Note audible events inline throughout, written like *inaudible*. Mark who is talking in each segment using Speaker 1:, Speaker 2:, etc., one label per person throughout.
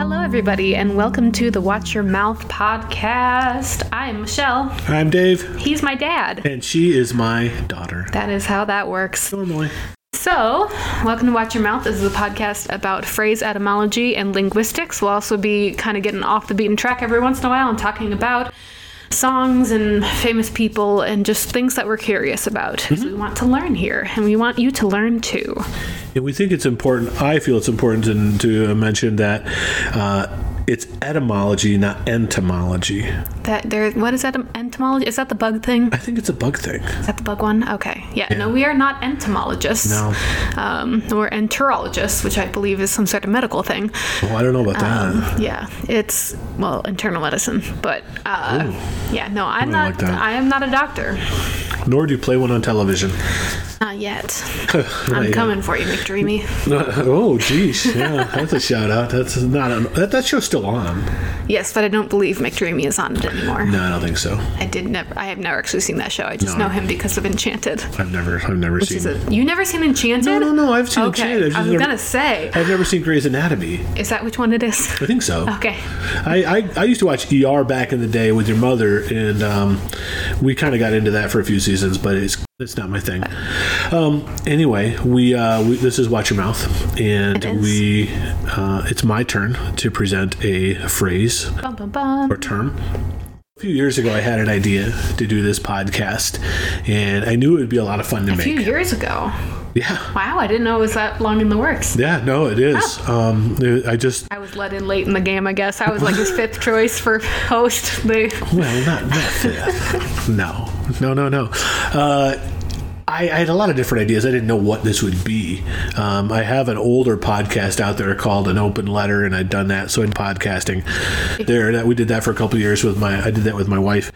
Speaker 1: Hello, everybody, and welcome to the Watch Your Mouth podcast. I'm Michelle.
Speaker 2: I'm Dave,
Speaker 1: He's my dad.
Speaker 2: and she is my daughter.
Speaker 1: That is how that works.
Speaker 2: Normally,
Speaker 1: So, welcome to Watch Your Mouth. This is a podcast about phrase etymology and linguistics. We'll also be kind of getting off the beaten track every once in a while and talking about songs and famous people and just things that we're curious about. 'Cause We want to learn here, and we want you to learn too.
Speaker 2: and we think it's important. I feel it's important to, to mention that uh, it's etymology, not entomology.
Speaker 1: That there, what is that? Entomology? Is that the bug thing?
Speaker 2: I think it's a bug thing.
Speaker 1: Is that the bug one? Okay. Yeah, no, we are not entomologists.
Speaker 2: No.
Speaker 1: Um, we're enterologists, which I believe is some sort of medical thing.
Speaker 2: Well, I don't know about that.
Speaker 1: Yeah, it's, well, internal medicine. But, uh, yeah, no, I'm
Speaker 2: I
Speaker 1: not,
Speaker 2: like that.
Speaker 1: I am not a doctor.
Speaker 2: Nor do you play one on television.
Speaker 1: Not yet.
Speaker 2: Not
Speaker 1: I'm
Speaker 2: yet.
Speaker 1: coming for you, McDreamy.
Speaker 2: *laughs* oh, geez, yeah, that's a shout out. That's not an, that. That show's still on.
Speaker 1: yes, but I don't believe McDreamy is on it anymore.
Speaker 2: No, I don't think so.
Speaker 1: I did never, I have never actually seen that show. I just
Speaker 2: No.
Speaker 1: know him because of Enchanted.
Speaker 2: I've never, I've never
Speaker 1: Which is
Speaker 2: seen.
Speaker 1: a, you never seen Enchanted?
Speaker 2: no, no, no. I've seen
Speaker 1: Okay,
Speaker 2: Enchanted. I've
Speaker 1: I
Speaker 2: just
Speaker 1: was
Speaker 2: never-
Speaker 1: gonna say,
Speaker 2: I've never seen Grey's Anatomy.
Speaker 1: is that which one it is? *laughs*
Speaker 2: I think so.
Speaker 1: Okay.
Speaker 2: I, I, I used to watch ER back in the day with your mother, and um, we kind of got into that for a few seasons, but it's it's not my thing. Um, anyway, we, uh, we this is Watch Your Mouth,
Speaker 1: It
Speaker 2: and
Speaker 1: is.
Speaker 2: we uh, it's my turn to present a phrase
Speaker 1: Bum, bum, bum.
Speaker 2: or term. A few years ago, I had an idea to do this podcast, and I knew it would be a lot of fun to
Speaker 1: A few
Speaker 2: make.
Speaker 1: years ago.
Speaker 2: Yeah,
Speaker 1: Wow, I didn't know it was that long in the works.
Speaker 2: yeah, no, it is. Um, I just
Speaker 1: I was let in late in the game, I guess. I was like his fifth choice for host. They,
Speaker 2: Well, not, not fifth. no, no, no, no. Uh, I, I had a lot of different ideas. I didn't know what this would be. Um, I have an older podcast out there called An Open Letter, and I'd done that. So in podcasting, there that we did that for a couple of years with my. I did that with my wife.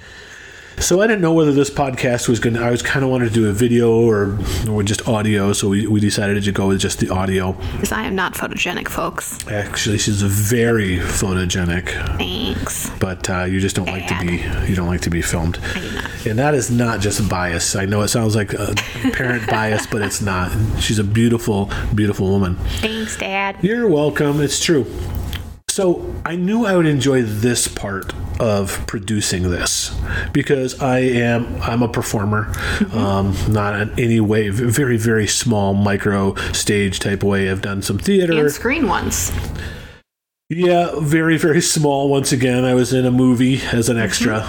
Speaker 2: So I didn't know whether this podcast was going to. I was kind of wanted to do a video or or just audio. So we, we decided to go with just the audio.
Speaker 1: because I am not photogenic, folks.
Speaker 2: Actually, she's very photogenic
Speaker 1: Thanks.
Speaker 2: but uh, you just don't like to be you don't like to be filmed
Speaker 1: do not.
Speaker 2: and that is not just bias i know it sounds like a parent bias but it's not she's a beautiful beautiful woman
Speaker 1: Thanks, Dad.
Speaker 2: you're welcome it's true so i knew i would enjoy this part of producing this because i am i'm a performer um, not in any way v- very very small micro stage type way i've done some theater
Speaker 1: And screen once.
Speaker 2: yeah, very, very small. Once again, I was in a movie as an extra.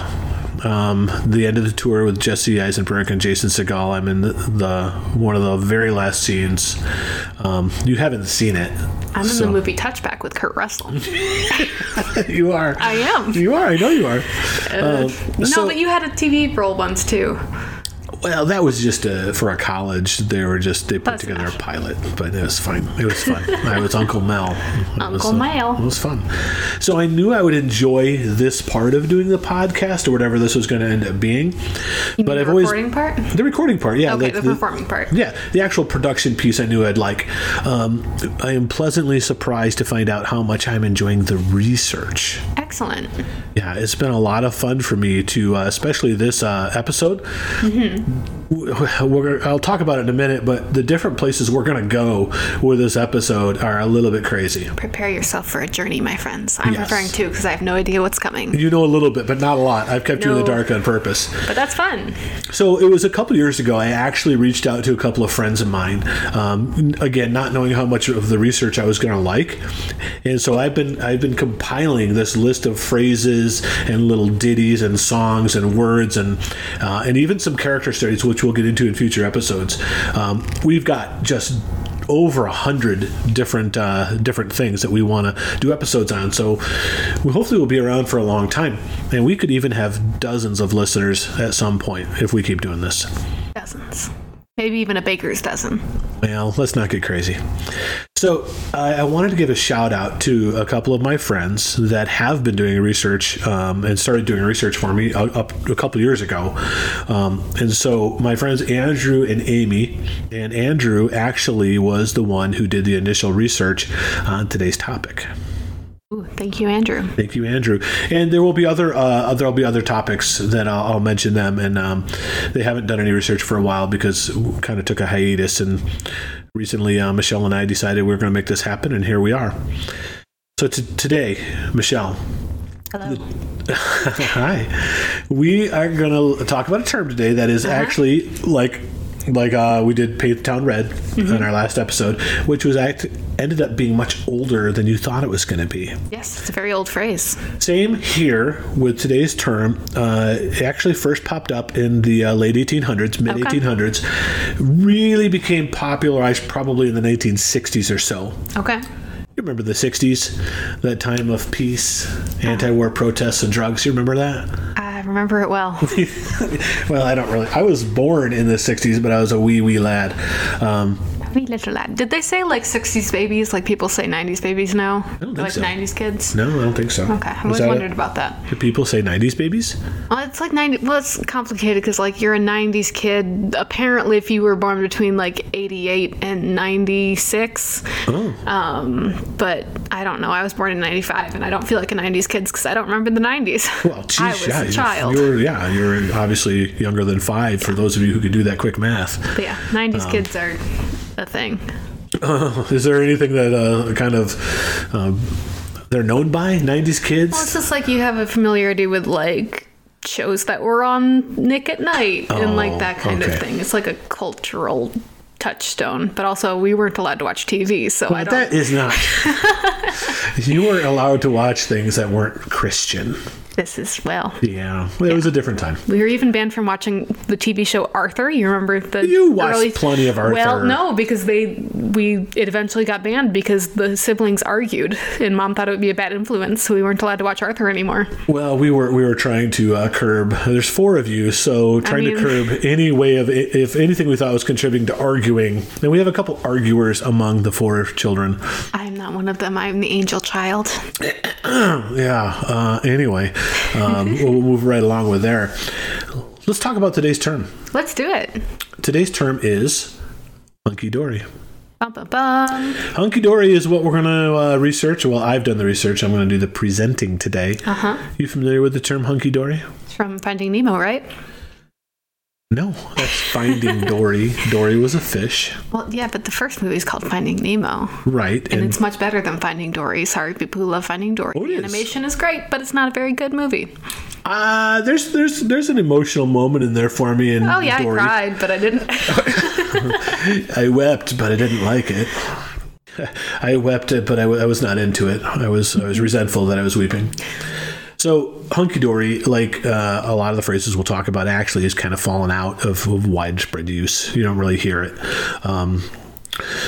Speaker 2: Um, the end of the tour with Jesse Eisenberg and Jason Segal. I'm in the, the one of the very last scenes. Um, you haven't seen it. *laughs*
Speaker 1: I'm in
Speaker 2: So-
Speaker 1: the movie Touchback with Kurt Russell.
Speaker 2: you are.
Speaker 1: I am.
Speaker 2: *laughs*
Speaker 1: Uh,
Speaker 2: You are. I know you are. Um,
Speaker 1: no,
Speaker 2: so-
Speaker 1: but you had a TV role once too.
Speaker 2: Well, that was just a, for a college. They were just they put
Speaker 1: That's
Speaker 2: together
Speaker 1: enough.
Speaker 2: a pilot, but it was fine. It was fun. I was Uncle Mel. It was,
Speaker 1: Uncle
Speaker 2: uh,
Speaker 1: Mel.
Speaker 2: It was fun. So I knew I would enjoy this part of doing the podcast or whatever this was going to end up being. but
Speaker 1: the
Speaker 2: I've always
Speaker 1: recording part.
Speaker 2: the recording part. Yeah,
Speaker 1: Okay, the,
Speaker 2: like
Speaker 1: performing part.
Speaker 2: yeah, the actual production piece I knew I'd like. Um, I am pleasantly surprised to find out how much I'm enjoying the research.
Speaker 1: Excellent.
Speaker 2: Yeah, it's been a lot of fun for me to, uh, especially this uh, episode. W- We're, I'll talk about it in a minute, but the different places we're going to go with this episode are a little bit crazy.
Speaker 1: Prepare yourself for a journey, my friends. I'm
Speaker 2: Yes.
Speaker 1: preparing too because I have no idea what's coming.
Speaker 2: You know a little bit, but not a lot. I've kept you in the
Speaker 1: No.
Speaker 2: dark on purpose.
Speaker 1: But that's fun.
Speaker 2: So it was a couple years ago. I actually reached out to a couple of friends of mine. Um, n- again, not knowing how much of the research I was going to like, and so I've been I've been compiling this list of phrases and little ditties and songs and words and uh, and even some character studies, which we'll get into in future episodes. Um, we've got just over a hundred different uh, different things that we want to do episodes on. So we hopefully will be around for a long time, and we could even have dozens of listeners at some point if we keep doing this.
Speaker 1: Dozens. Maybe even a baker's dozen.
Speaker 2: Well, let's not get crazy. So, I I wanted to give a shout out to a couple of my friends that have been doing research um, and started doing research for me uh, up a couple years ago. Um, and so, my friends Andrew and Amy, and Andrew actually was the one who did the initial research on today's topic.
Speaker 1: Ooh, thank you, Andrew.
Speaker 2: Thank you, Andrew. And there will be other uh, there'll be other topics that I'll, I'll mention them. And um, they haven't done any research for a while because we kind of took a hiatus. And recently, uh, Michelle and I decided we were going to make this happen, and here we are. So t- today, Michelle,
Speaker 1: Hello.
Speaker 2: *laughs* hi, we are going to talk about a term today that is actually like like uh, we did Paint Town Red in our last episode, which was act ended up being much older than you thought it was going to be.
Speaker 1: Yes, it's a very old phrase.
Speaker 2: Same here with today's term. Uh, it actually first popped up in the uh, late 1800s, mid
Speaker 1: Okay.
Speaker 2: 1800s. Really became popularized probably in the 1960s or so.
Speaker 1: Okay.
Speaker 2: You remember the 60s, that time of peace, anti war protests, and drugs. You remember that? *laughs*
Speaker 1: I remember it well.
Speaker 2: Well, I don't really. I was born in the 60s, but I was a wee, wee lad. Um,
Speaker 1: Wee little lad. Did they say like 60s babies like people say 90s babies now?
Speaker 2: don't think
Speaker 1: like
Speaker 2: so.
Speaker 1: 90s kids?
Speaker 2: no, I don't think so.
Speaker 1: Okay, I
Speaker 2: Was
Speaker 1: always
Speaker 2: that-
Speaker 1: wondered about that.
Speaker 2: Do people say 90s babies?
Speaker 1: Well, it's like 90. Well, it's complicated because, like, you're a 90s kid. Apparently, if you were born between like 88 and 96.
Speaker 2: Oh.
Speaker 1: Um, but I don't know. I was born in 95, and I don't feel like a 90s kid because I don't remember the 90s.
Speaker 2: Well,
Speaker 1: *laughs*
Speaker 2: geez,
Speaker 1: I was
Speaker 2: yeah,
Speaker 1: a
Speaker 2: you-
Speaker 1: child.
Speaker 2: You were, yeah, you were obviously younger than five. For those of you who could do that quick math,
Speaker 1: But yeah, 90s
Speaker 2: Um.
Speaker 1: kids are a thing.
Speaker 2: *laughs* is there anything that uh, kind of um, they're known by '90s kids?
Speaker 1: Well, it's just like you have a familiarity with like shows that were on Nick at Night and
Speaker 2: Oh,
Speaker 1: like that kind
Speaker 2: okay.
Speaker 1: of thing. It's like a cultural touchstone. But also, we weren't allowed to watch TV, so I
Speaker 2: But
Speaker 1: don't.
Speaker 2: that is not.
Speaker 1: *laughs*
Speaker 2: you weren't allowed to watch things that weren't Christian.
Speaker 1: this is well.
Speaker 2: Yeah, well, it was a different time.
Speaker 1: We were even banned from watching the TV show Arthur. You remember the
Speaker 2: You watched plenty of Arthur.
Speaker 1: Well, no, because they we it eventually got banned because the siblings argued and mom thought it would be a bad influence, so we weren't allowed to watch Arthur anymore.
Speaker 2: Well, we were we were trying to uh, curb. There's four of you, so trying to
Speaker 1: mean-
Speaker 2: curb any way of if anything we thought was contributing to arguing. And we have a couple arguers among the four children.
Speaker 1: I'm not one of them. I'm the angel child.
Speaker 2: Yeah. Uh, anyway,
Speaker 1: *laughs*
Speaker 2: um, we'll we'll move right along with there. Let's talk about today's term.
Speaker 1: Let's do it.
Speaker 2: Today's term is hunky dory.
Speaker 1: Bum, bum, bum.
Speaker 2: Hunky dory is what we're going to uh, research. Well, I've done the research. I'm going to do the presenting today. Uh
Speaker 1: Uh-huh.
Speaker 2: huh. You familiar with the term hunky dory?
Speaker 1: It's from Finding Nemo, right?
Speaker 2: No, that's
Speaker 1: *laughs*
Speaker 2: Finding Dory. Dory was a fish,
Speaker 1: Well, yeah, but the first movie is called Finding Nemo,
Speaker 2: right?
Speaker 1: and it's much better than Finding Dory. Sorry, people who love Finding Dory.
Speaker 2: Oh, it
Speaker 1: the
Speaker 2: is.
Speaker 1: animation is great, but it's not a very good movie.
Speaker 2: uh, there's there's there's an emotional moment in there for me. And
Speaker 1: Oh yeah,
Speaker 2: Dory.
Speaker 1: I cried, but I
Speaker 2: *laughs*
Speaker 1: didn't.
Speaker 2: I wept, but I didn't like it. I wept it, but I, w- I was not into it. I was I was resentful that I was weeping. So hunky dory, like uh, a lot of the phrases we'll talk about, actually is kind of fallen out of, of widespread use. You don't really hear it. Um,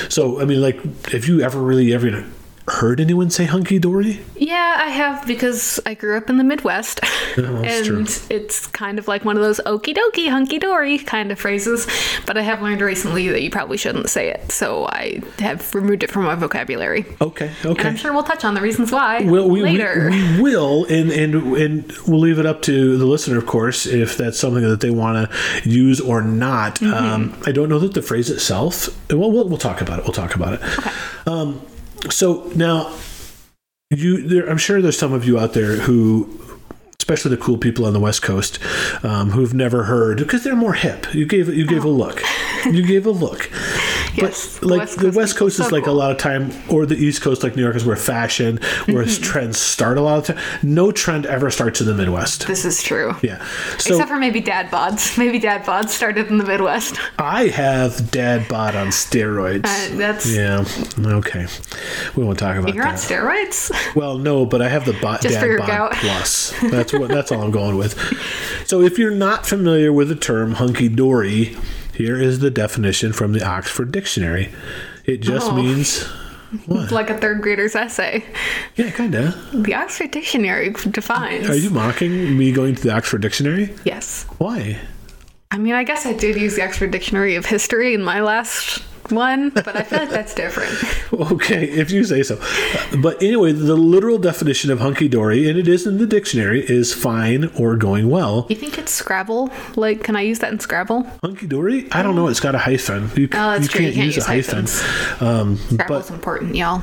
Speaker 2: so I mean, like, have you ever really ever heard anyone say hunky dory?
Speaker 1: Yeah, I have because I grew up in the Midwest.
Speaker 2: that's
Speaker 1: and
Speaker 2: true.
Speaker 1: it's kind of like one of those okie dokie, hunky dory kind of phrases. But I have learned recently that you probably shouldn't say it. So I have removed it from my vocabulary.
Speaker 2: Okay,
Speaker 1: And
Speaker 2: okay.
Speaker 1: I'm sure we'll touch on the reasons why
Speaker 2: Well, we,
Speaker 1: later.
Speaker 2: We, we will, and, and and we'll leave it up to the listener, of course, if that's something that they want to use or not. Um, I don't know that the phrase itself. Well, we'll we'll talk about it. We'll talk about it. Um, so now, you, there, I'm sure there's some of you out there who. Especially the cool people on the West Coast um, who've never heard because they're more hip. You gave you gave a look. You gave a look.
Speaker 1: yes,
Speaker 2: But like the West
Speaker 1: people,
Speaker 2: Coast is
Speaker 1: so
Speaker 2: like a
Speaker 1: cool.
Speaker 2: lot of time, or the East Coast, like New York, is where fashion, where
Speaker 1: Mm-hmm.
Speaker 2: trends start a lot of time. No trend ever starts in the Midwest.
Speaker 1: This is true.
Speaker 2: Yeah. So
Speaker 1: Except for maybe dad bods. *laughs* Maybe dad bods started in the Midwest. *laughs*
Speaker 2: I have dad bod on steroids.
Speaker 1: Uh, that's
Speaker 2: yeah. Okay. We won't talk about
Speaker 1: you're on
Speaker 2: that.
Speaker 1: steroids. *laughs*
Speaker 2: Well, no, but I have the bot
Speaker 1: Just for
Speaker 2: dad
Speaker 1: your
Speaker 2: bod
Speaker 1: gout. *laughs*
Speaker 2: plus. That's what. That's all I'm going with. So, if you're not familiar with the term hunky dory, here is the definition from the Oxford Dictionary. It just
Speaker 1: Oh.
Speaker 2: means,
Speaker 1: like a third grader's essay.
Speaker 2: yeah, kind of.
Speaker 1: The Oxford Dictionary defines.
Speaker 2: Are you mocking me going to the Oxford Dictionary?
Speaker 1: Yes.
Speaker 2: Why? *laughs*
Speaker 1: I mean, I guess I did use the Oxford Dictionary of History in my last one, but I feel like that's different.
Speaker 2: *laughs* Okay, if you say so. But anyway, the literal definition of hunky dory, and it is in the dictionary, is fine or going well.
Speaker 1: You think it's Scrabble? Like, can I use that in Scrabble?
Speaker 2: Hunky dory? I don't know. It's got a hyphen. You,
Speaker 1: Oh, that's
Speaker 2: you
Speaker 1: true. You
Speaker 2: can't,
Speaker 1: can't
Speaker 2: use,
Speaker 1: use
Speaker 2: a hyphen. Um,
Speaker 1: Scrabble's
Speaker 2: but
Speaker 1: important, y'all.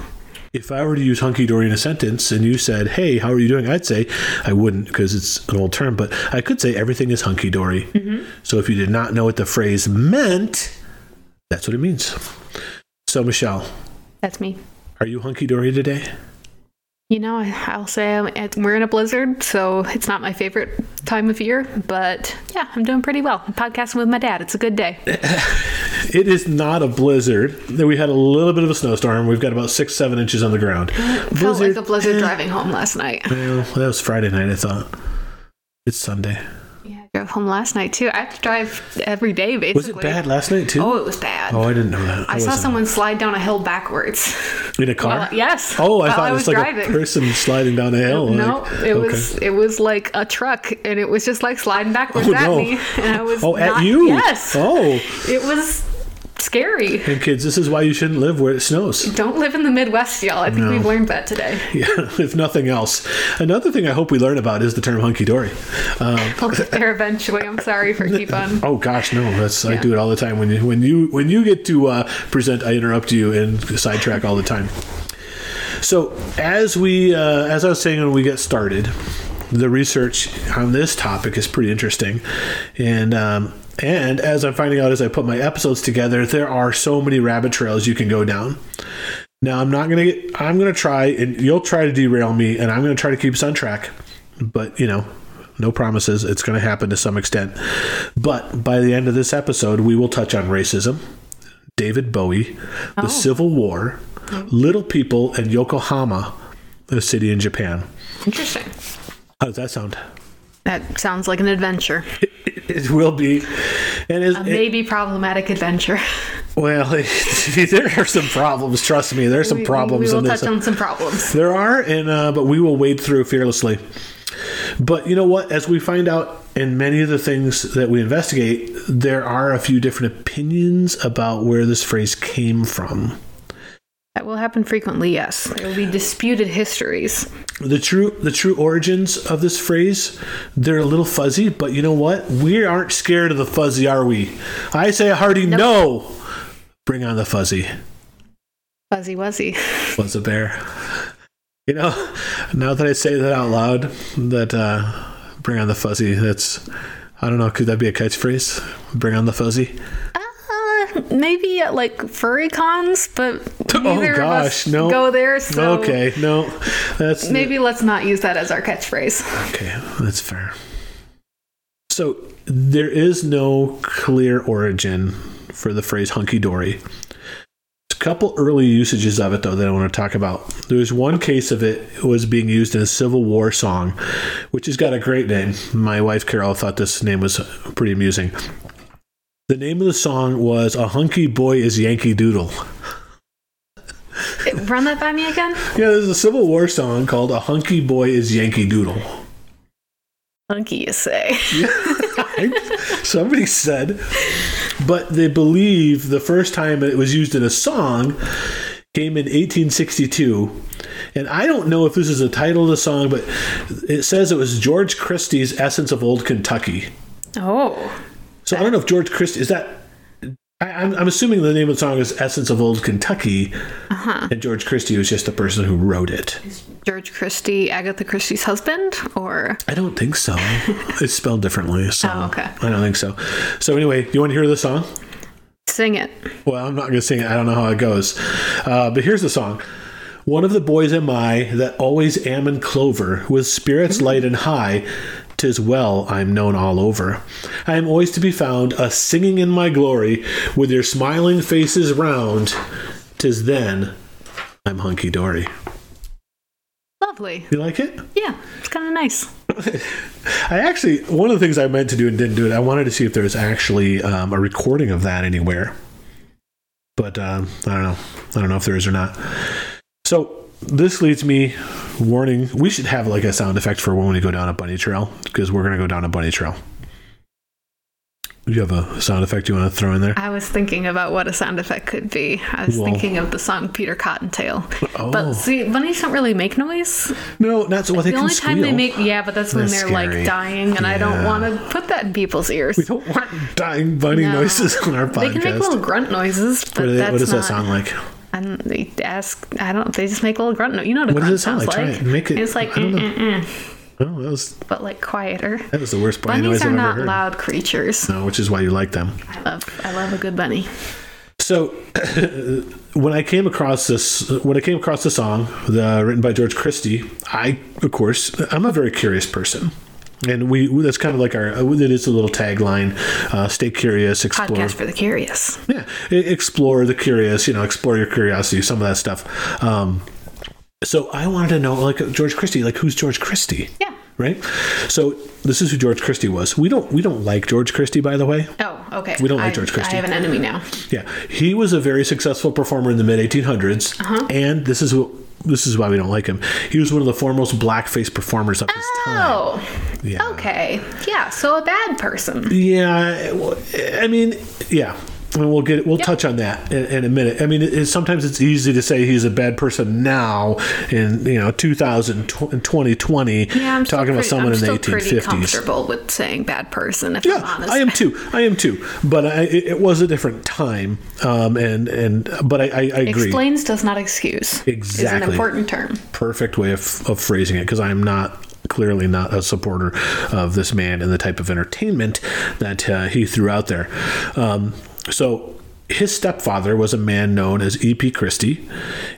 Speaker 2: if I were to use hunky dory in a sentence and you said, hey, how are you doing? I'd say, I wouldn't because it's an old term, but I could say everything is hunky dory.
Speaker 1: Mm-hmm.
Speaker 2: So if you did not know what the phrase meant, that's what it means. So, Michelle,
Speaker 1: That's me.
Speaker 2: are you hunky dory today?
Speaker 1: You know, I- I'll say I'm at, we're in a blizzard, so it's not my favorite time of year, but yeah, I'm doing pretty well. I'm podcasting with my dad. It's a good day.
Speaker 2: It is not a blizzard. We had a little bit of a snowstorm. We've got about six, seven inches on the ground.
Speaker 1: It *gasps* Felt like a blizzard
Speaker 2: eh,
Speaker 1: driving home last night.
Speaker 2: *laughs* well, that was Friday night, I thought. It's Sunday.
Speaker 1: Yeah, I drove home last night too. I have to drive every day basically.
Speaker 2: Was it bad last night, too?
Speaker 1: Oh, it was bad.
Speaker 2: Oh, I didn't know that.
Speaker 1: I saw
Speaker 2: wasn't
Speaker 1: someone slide down a hill backwards.
Speaker 2: in a car.
Speaker 1: Well, yes.
Speaker 2: Oh, I
Speaker 1: While
Speaker 2: thought it was like a
Speaker 1: driving.
Speaker 2: person sliding down a hill.
Speaker 1: no,
Speaker 2: Oh, like-
Speaker 1: it
Speaker 2: okay.
Speaker 1: was it was like a truck, and it was just like sliding backwards
Speaker 2: Oh,
Speaker 1: at
Speaker 2: no.
Speaker 1: me, and I was
Speaker 2: Oh, at
Speaker 1: not-
Speaker 2: you?
Speaker 1: Yes,
Speaker 2: Oh,
Speaker 1: it was scary.
Speaker 2: and kids, this is why you shouldn't live where it snows. *laughs*
Speaker 1: Don't live in the Midwest, y'all. I think
Speaker 2: No.
Speaker 1: we've learned that today. *laughs*
Speaker 2: Yeah, if nothing else. Another thing I hope we learn about is the term hunky dory. Um,
Speaker 1: We'll get there eventually. I'm sorry for keep on.
Speaker 2: *laughs* Oh gosh, no! That's I do it all the time. When you when you when you get to uh, present, I interrupt you and sidetrack all the time. So as we uh, as I was saying when we get started, the research on this topic is pretty interesting, and um, and as I'm finding out as I put my episodes together, there are so many rabbit trails you can go down. Now I'm not gonna get. I'm gonna try, and you'll try to derail me, and I'm gonna try to keep us on track. But you know, no promises. It's gonna happen to some extent. But by the end of this episode, we will touch on racism, David Bowie, the
Speaker 1: Oh.
Speaker 2: Civil War,
Speaker 1: Mm-hmm.
Speaker 2: Little People, and Yokohama, a city in Japan.
Speaker 1: Interesting.
Speaker 2: How does that sound?
Speaker 1: That sounds like an adventure.
Speaker 2: It will be, and is, it,
Speaker 1: Maybe problematic adventure.
Speaker 2: well, *laughs* there are some problems. Trust me, there are
Speaker 1: *laughs*
Speaker 2: some
Speaker 1: We- we-
Speaker 2: problems
Speaker 1: We will
Speaker 2: in this. uh,
Speaker 1: touch on some problems.
Speaker 2: There are, and uh, but we will wade through fearlessly. But you know what? As we find out in many of the things that we investigate, there are a few different opinions about where this phrase came from.
Speaker 1: That will happen frequently. Yes, there will be disputed histories.
Speaker 2: The true the true origins of this phrase, they're a little fuzzy, but you know what? We aren't scared of the fuzzy, are we? I say a hearty no. Bring on the fuzzy.
Speaker 1: Fuzzy wuzzy.
Speaker 2: was a bear. You know, now that I say that out loud, that uh, bring on the fuzzy. That's I don't know. Could that be a catchphrase? Bring on the fuzzy.
Speaker 1: Uh, maybe at like furry cons, but neither of us
Speaker 2: Oh, gosh, no.
Speaker 1: go there. So
Speaker 2: okay, no, that's
Speaker 1: maybe let's not use that as our catchphrase.
Speaker 2: okay. That's fair. So there is no clear origin for the phrase hunky dory. There's a couple early usages of it though that I want to talk about. There's one case of it, it was being used in a Civil War song, which has got a great name. My wife Carol thought this name was pretty amusing. The name of the song was "A Hunky Boy Is Yankee Doodle."
Speaker 1: Run that by me again.
Speaker 2: Yeah, there's a Civil War song called "A Hunky Boy Is Yankee Doodle."
Speaker 1: Hunky, you say?
Speaker 2: Somebody said, but they believe the first time it was used in a song came in 1862. And I don't know if this is the title of the song, but it says it was George Christie's Essence of Old Kentucky.
Speaker 1: Oh,
Speaker 2: So I don't know if George Christie is that. I, I'm, I'm assuming the name of the song is Essence of Old Kentucky,
Speaker 1: Uh-huh.
Speaker 2: and George Christie was just the person who wrote it.
Speaker 1: George Christie, Agatha Christie's husband, or
Speaker 2: I don't
Speaker 1: *laughs*
Speaker 2: think so. it's spelled differently, so
Speaker 1: Oh, okay.
Speaker 2: I don't think so. So anyway, you want to hear the song?
Speaker 1: sing it.
Speaker 2: Well, I'm not going to sing it. I don't know how it goes. Uh, but here's the song. One of the boys am I that always am in clover, with spirits light and high. 'Tis well I'm known all over. I am always to be found, a singing in my glory, with your smiling faces round. 'Tis then I'm hunky dory.
Speaker 1: Lovely.
Speaker 2: You like it?
Speaker 1: Yeah, it's kind of nice.
Speaker 2: I actually, one of the things I meant to do and didn't do it, I wanted to see if there was actually um, a recording of that anywhere. But um, I don't know. I don't know if there is or not. So this leads me warning. We should have like a sound effect for when we go down a bunny trail because we're going to go down a bunny trail. you have a sound effect you want to throw in there?
Speaker 1: I was thinking about what a sound effect could be. I was
Speaker 2: Well.
Speaker 1: thinking of the song Peter Cottontail.
Speaker 2: Oh.
Speaker 1: But see, bunnies don't really make noise.
Speaker 2: No, not so. Well, they
Speaker 1: the
Speaker 2: can
Speaker 1: only time they
Speaker 2: squeal. *laughs*
Speaker 1: make, yeah, but that's when
Speaker 2: That's
Speaker 1: they're
Speaker 2: scary.
Speaker 1: like dying, and I don't
Speaker 2: Yeah.
Speaker 1: want to put that in people's ears.
Speaker 2: We don't want dying bunny
Speaker 1: No.
Speaker 2: noises on
Speaker 1: *laughs*
Speaker 2: our
Speaker 1: They
Speaker 2: podcast.
Speaker 1: can make little grunt noises, but
Speaker 2: what, do they-
Speaker 1: that's
Speaker 2: what does
Speaker 1: not,
Speaker 2: that sound like?
Speaker 1: I don't, they ask. I don't. They just make little grunt. No, you know what a
Speaker 2: What does
Speaker 1: grunt
Speaker 2: it sound
Speaker 1: sounds
Speaker 2: like? Try it. Make it-
Speaker 1: It's like
Speaker 2: I don't know.
Speaker 1: "Mm-mm-mm,"
Speaker 2: Oh, that was
Speaker 1: but like quieter.
Speaker 2: that was the worst bunny
Speaker 1: Bunnies
Speaker 2: noise
Speaker 1: are
Speaker 2: I've
Speaker 1: not
Speaker 2: ever heard.
Speaker 1: loud creatures.
Speaker 2: No, which is why you like them.
Speaker 1: I love. I love a good bunny.
Speaker 2: So *clears throat* when I came across this, when I came across the song, the written by George Christie, I of course I'm a very curious person. And we that's kind of like our it is a little tagline, uh, stay curious, explore
Speaker 1: Podcast for the curious.
Speaker 2: yeah e- explore the curious you know explore your curiosity some of that stuff um so i wanted to know like george christie like who's george christie
Speaker 1: Yeah.
Speaker 2: right so this is who george christie was we don't we don't like george christie by the way
Speaker 1: Oh, okay.
Speaker 2: We don't like
Speaker 1: I-
Speaker 2: George Christie.
Speaker 1: I have an enemy now.
Speaker 2: yeah he was a very successful performer in the mid 1800s
Speaker 1: Uh-huh.
Speaker 2: and this is what this is why we don't like him. He was one of the foremost blackface performers of his time.
Speaker 1: Oh.
Speaker 2: Yeah.
Speaker 1: Okay. Yeah. So a bad person.
Speaker 2: Yeah, well, I mean, yeah. And we'll get we'll touch on that in, in a minute. I mean, it, it- sometimes it's easy to say he's a bad person now in you know 2000 tw- in 2020
Speaker 1: Yeah, I'm still
Speaker 2: talking about
Speaker 1: pretty-
Speaker 2: someone
Speaker 1: I'm
Speaker 2: in the
Speaker 1: still pretty
Speaker 2: 1850s.
Speaker 1: comfortable with saying bad person. If I'm
Speaker 2: Yeah,
Speaker 1: honest.
Speaker 2: I am too. I am too. But I, it, it was a different time, um, and and but I, I, I agree.
Speaker 1: Explains does not excuse. Is an
Speaker 2: Exactly.
Speaker 1: important term.
Speaker 2: Perfect way of, of phrasing it because I'm not clearly not a supporter of this man and the type of entertainment that uh, he threw out there. Um, so his stepfather was a man known as E.P. Christie,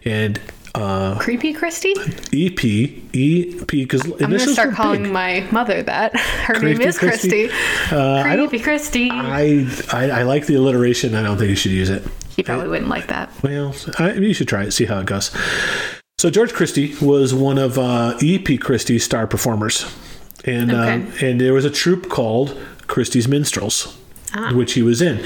Speaker 2: and E uh,
Speaker 1: Creepy Christie.
Speaker 2: E.P. E.P. because
Speaker 1: I'm gonna start calling my mother that. *laughs* Her name
Speaker 2: Creepy
Speaker 1: is Christy.
Speaker 2: Christie. Uh, I don't.
Speaker 1: Creepy Christie.
Speaker 2: I, I I like the alliteration. I don't think you should use it.
Speaker 1: She probably wouldn't like that.
Speaker 2: Well, I, you should try it, see how it goes. So George Christie was one of uh, E.P. Christie's star performers, and um, and there was a troupe called Christie's Minstrels,
Speaker 1: Ah.
Speaker 2: which he was in.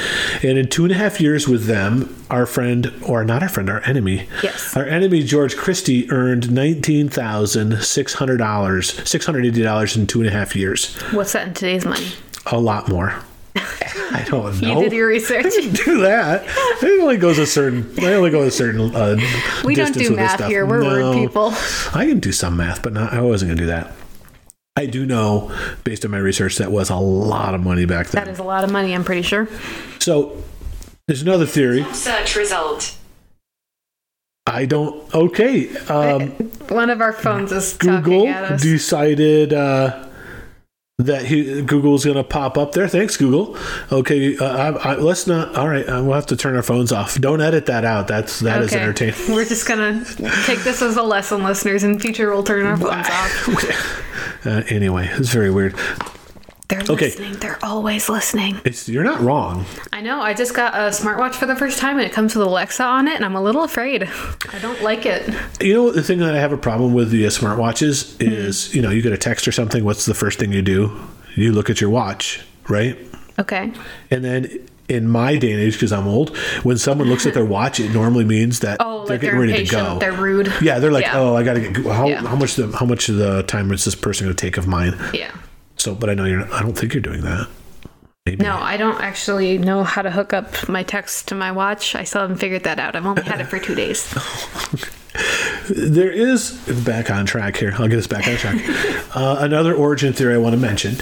Speaker 2: And in two and a half years with them, our friend or not our friend, our enemy,
Speaker 1: Yes.
Speaker 2: our enemy George Christie earned nineteen thousand six hundred dollars, six hundred eighty dollars in two and a half years.
Speaker 1: What's that in today's money?
Speaker 2: A lot more. *laughs* I don't
Speaker 1: You
Speaker 2: know.
Speaker 1: did your research.
Speaker 2: *laughs* do that. It only goes a certain. I only go a certain. Uh,
Speaker 1: We don't
Speaker 2: distance
Speaker 1: do
Speaker 2: with this
Speaker 1: math
Speaker 2: stuff.
Speaker 1: here. We're
Speaker 2: No.
Speaker 1: rude people.
Speaker 2: I can do some math, but not. I wasn't gonna do that. I do know, based on my research, that was a lot of money back
Speaker 1: That
Speaker 2: then.
Speaker 1: is a lot of money. I'm pretty sure.
Speaker 2: so there's another theory.
Speaker 3: Search result.
Speaker 2: I don't. Okay. Um,
Speaker 1: One of our phones is
Speaker 2: Google
Speaker 1: talking at us.
Speaker 2: decided. Uh, that he, Google's going to pop up there. Thanks, Google. Okay, uh, I, I, let's not. All right, uh, we'll have to turn our phones off. Don't edit that out. That's that is entertaining.
Speaker 1: We're just gonna take this as a lesson, listeners. In future, we'll turn our phones off.
Speaker 2: *laughs* Uh, anyway, *laughs* it's very weird.
Speaker 1: They're
Speaker 2: Okay.
Speaker 1: listening. They're always listening.
Speaker 2: It's you're not wrong.
Speaker 1: I know. I just got a smartwatch for the first time, and it comes with Alexa on it, and I'm a little afraid. I don't like it.
Speaker 2: You know the thing that I have a problem with the uh, smartwatches is
Speaker 1: Hmm.
Speaker 2: you know you get a text or something. What's the first thing you do? You look at your watch, right?
Speaker 1: Okay.
Speaker 2: And then in my day and age, because I'm old, when someone looks
Speaker 1: *laughs*
Speaker 2: at their watch, it normally means that
Speaker 1: Oh,
Speaker 2: they're
Speaker 1: like
Speaker 2: getting
Speaker 1: they're
Speaker 2: ready to
Speaker 1: impatient.
Speaker 2: go.
Speaker 1: They're rude.
Speaker 2: yeah, they're like,
Speaker 1: Yeah.
Speaker 2: oh, I gotta get how,
Speaker 1: Yeah.
Speaker 2: how much the, how much of the time is this person gonna take of mine?
Speaker 1: Yeah.
Speaker 2: So, but I know you're. Not, I don't think you're doing that. Maybe.
Speaker 1: No, I don't actually know how to hook up my text to my watch. I still haven't figured that out. I've only had it for two
Speaker 2: *laughs*
Speaker 1: days.
Speaker 2: There is back on track here. I'll get us back on track. uh, another origin theory I want to mention,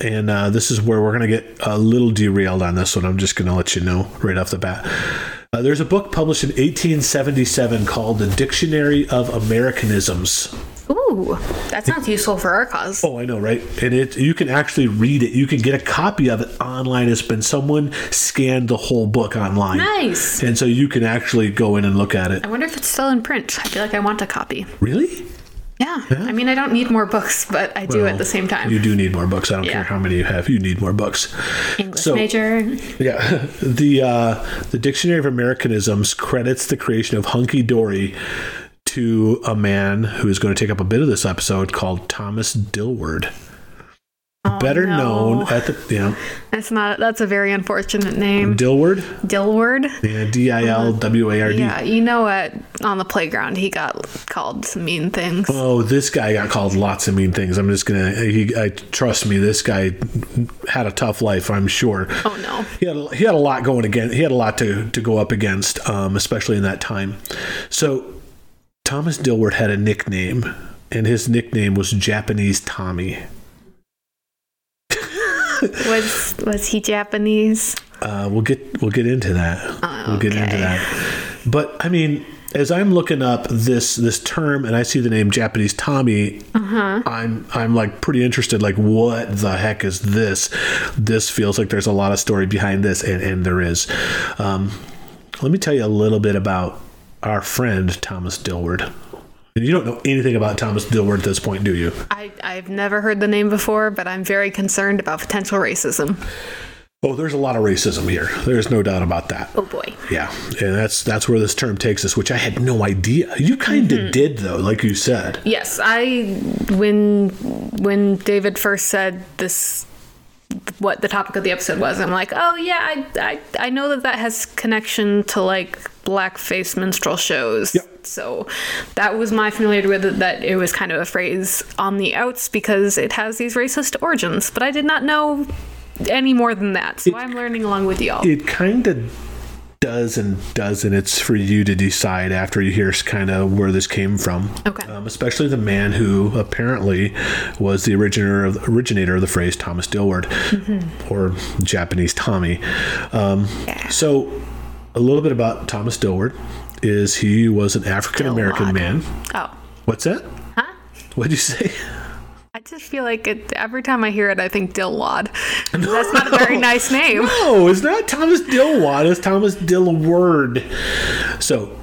Speaker 2: and uh, this is where we're going to get a little derailed on this one. I'm just going to let you know right off the bat. Uh, there's a book published in 1877 called The Dictionary of Americanisms.
Speaker 1: Ooh, that sounds useful for our cause.
Speaker 2: Oh, I know, right? And it you can actually read it. You can get a copy of it online. It's been someone scanned the whole book online.
Speaker 1: Nice.
Speaker 2: And so you can actually go in and look at it.
Speaker 1: I wonder if it's still in print. I feel like I want a copy.
Speaker 2: Really?
Speaker 1: Yeah. I mean, I don't need more books, but I do at
Speaker 2: Well,
Speaker 1: the same time.
Speaker 2: You do need more books. I don't
Speaker 1: Yeah.
Speaker 2: care how many you have. You need more books.
Speaker 1: English
Speaker 2: so-
Speaker 1: major.
Speaker 2: Yeah, *laughs* the uh, the Dictionary of Americanisms credits the creation of hunky dory to a man who is going to take up a bit of this episode called Thomas Dilward. better
Speaker 1: Oh, no.
Speaker 2: known at the yeah
Speaker 1: That's not. That's a very unfortunate name.
Speaker 2: Dilward.
Speaker 1: Dilward.
Speaker 2: Yeah, D I L W A R D.
Speaker 1: Oh, Yeah, you know what? On the playground, he got called some mean things.
Speaker 2: Oh, this guy got called lots of mean things. I'm just gonna. He, I trust me. This guy had a tough life. I'm sure.
Speaker 1: Oh no.
Speaker 2: He had, a, he had a lot going again. He had a lot to, to go up against, um, especially in that time. So Thomas Dilworth had a nickname, and his nickname was Japanese Tommy.
Speaker 1: Was was he Japanese?
Speaker 2: Uh, we'll get we'll get into that. We'll get into
Speaker 1: Okay.
Speaker 2: that. But I mean, as I'm looking up this this term and I see the name Japanese Tommy, I'm I'm like pretty interested. Like, what the heck is this? This feels like there's a lot of story behind this, and and there is. Um, let me tell you a little bit about our friend Thomas Dilward. And you don't know anything about Thomas Dilward at this point, do you?
Speaker 1: I I've never heard the name before, but I'm very concerned about potential racism.
Speaker 2: Oh, there's a lot of racism here. There's no doubt about that.
Speaker 1: Oh boy.
Speaker 2: Yeah, and that's that's where this term takes us, which I had no idea. You kind of did though, like you said.
Speaker 1: Yes, I when when David first said this what the topic of the episode was, I'm like, "Oh yeah, I I I know that that has connection to like blackface minstrel shows."
Speaker 2: Yep.
Speaker 1: So that was my familiarity with it that it was kind of a phrase on the outs because it has these racist origins, but I did not know any more than that. So I'm learning along with y'all.
Speaker 2: It kind of does and doesn't. It's for you to decide after you hear kind of where this came from.
Speaker 1: Okay.
Speaker 2: Um, especially the man who apparently was the originator of, originator of the phrase Thomas Dilward or Japanese Tommy. Um, So, a little bit about Thomas Dilward is he was an African American
Speaker 1: Dilwad.
Speaker 2: man.
Speaker 1: oh.
Speaker 2: What's that?
Speaker 1: Huh?
Speaker 2: What'd you say? *laughs*
Speaker 1: I just feel like it, every time I hear it, I think Dilwad.
Speaker 2: *laughs*
Speaker 1: That's not a very nice name.
Speaker 2: No, it's not Thomas Dilwad. It's Thomas Dilward. So,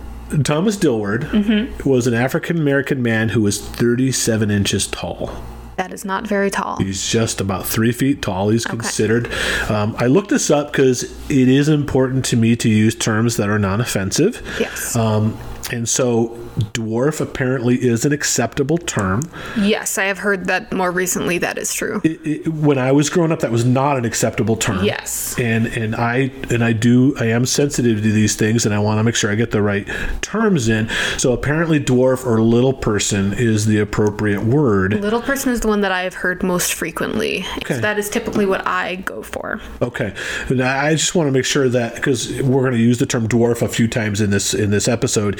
Speaker 2: Thomas Dilward was an African American man who was 37 inches tall.
Speaker 1: That is not very tall.
Speaker 2: He's just about three feet tall. He's considered. Um, I looked this up because it is important to me to use terms that are non offensive.
Speaker 1: Yes.
Speaker 2: Um, and so, dwarf apparently is an acceptable term.
Speaker 1: Yes, I have heard that more recently. That is true.
Speaker 2: it, it- when I was growing up, that was not an acceptable term.
Speaker 1: Yes.
Speaker 2: and and I and I do I am sensitive to these things, and I want to make sure I get the right terms in. So apparently, dwarf or little person is the appropriate word.
Speaker 1: Little person is the one that I have heard most frequently.
Speaker 2: Okay.
Speaker 1: So that is typically what I go for.
Speaker 2: Okay, and I I just want to make sure that because we're going to use the term dwarf a few times in this in this episode,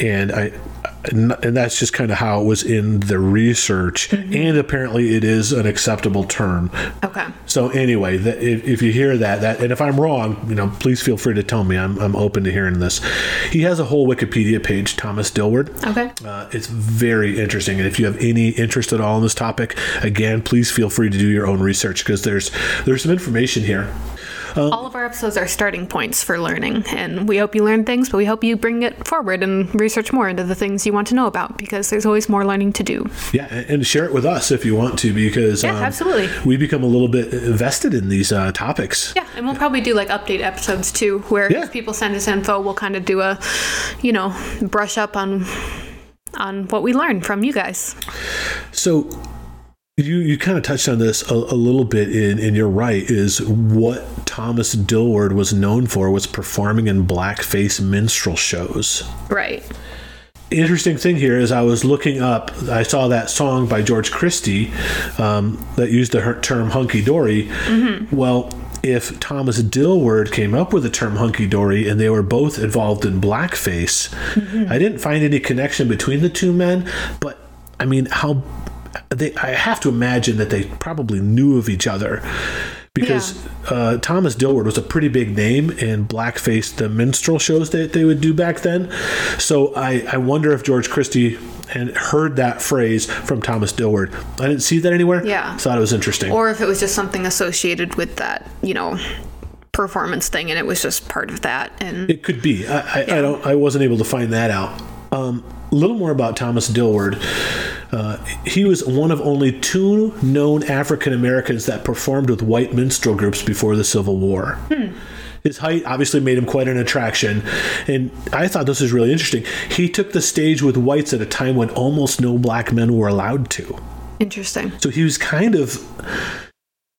Speaker 2: and I. And that's just kind of how it was in the research, and apparently it is an acceptable term.
Speaker 1: Okay.
Speaker 2: So anyway, that, if, if you hear that, that, and if I'm wrong, you know, please feel free to tell me. I'm, I'm open to hearing this. He has a whole Wikipedia page, Thomas Dilward.
Speaker 1: Okay.
Speaker 2: Uh, it's very interesting, and if you have any interest at all in this topic, again, please feel free to do your own research because there's there's some information here. Um,
Speaker 1: All of our episodes are starting points for learning, and we hope you learn things, but we hope you bring it forward and research more into the things you want to know about because there's always more learning to do.
Speaker 2: Yeah, and and share it with us if you want to, because um,
Speaker 1: Yeah, absolutely.
Speaker 2: we become a little bit invested in these uh, topics.
Speaker 1: Yeah, and we'll probably do like update episodes too, where
Speaker 2: Yeah.
Speaker 1: if people send us info, we'll kind of do a, you know, brush up on on what we learned from you guys.
Speaker 2: So you you kind of touched on this a, a little bit in and you're right is what Thomas Dilward was known for was performing in blackface minstrel shows.
Speaker 1: Right.
Speaker 2: Interesting thing here is I was looking up I saw that song by George Christie um, that used the her- term hunky dory. Well, if Thomas Dilward came up with the term hunky dory and they were both involved in blackface, I didn't find any connection between the two men, but I mean how they I have to imagine that they probably knew of each other because uh, Thomas Dilward was a pretty big name in blackface the minstrel shows that they would do back then. So I, I wonder if George Christie and heard that phrase from Thomas Dilward. I didn't see that anywhere.
Speaker 1: Yeah.
Speaker 2: Thought it was interesting.
Speaker 1: Or if it was just something associated with that, you know, performance thing and it was just part of that. And
Speaker 2: It could be. I, I, I don't. I wasn't able to find that out. Um, a little more about Thomas Dilward. Uh, he was one of only two known African Americans that performed with white minstrel groups before the Civil War. His height obviously made him quite an attraction, and I thought this was really interesting. He took the stage with whites at a time when almost no black men were allowed to.
Speaker 1: interesting.
Speaker 2: So he was kind of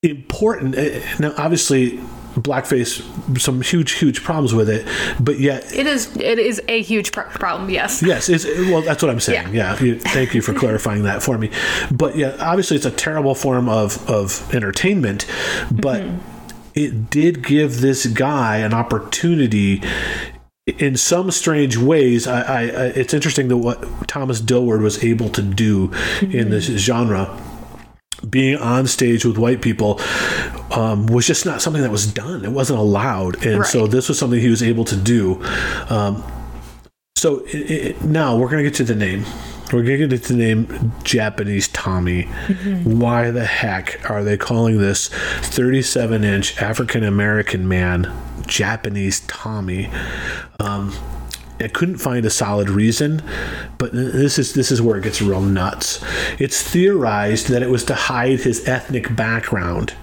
Speaker 2: important. eh, Now, obviously, blackface some huge, huge problems with it, but yet
Speaker 1: It is it is a huge pro- problem. Yes.
Speaker 2: Yes, it's, well, that's what I'm saying. Yeah. you- thank you for clarifying that for me. But yeah, obviously, it's a terrible form of of entertainment, but it did give this guy an opportunity. In some strange ways, I, I, I it's interesting that what Thomas Dillward was able to do in this genre being on stage with white people um, was just not something that was done. It wasn't allowed, and so
Speaker 1: Right.
Speaker 2: this was something he was able to do. Um, so i i now we're gonna get to the name. We're gonna get to the name Japanese Tommy. Why the heck are they calling this 37 inch African American man Japanese Tommy? Um, I couldn't find a solid reason, but this is this is where it gets real nuts. It's theorized that it was to hide his ethnic background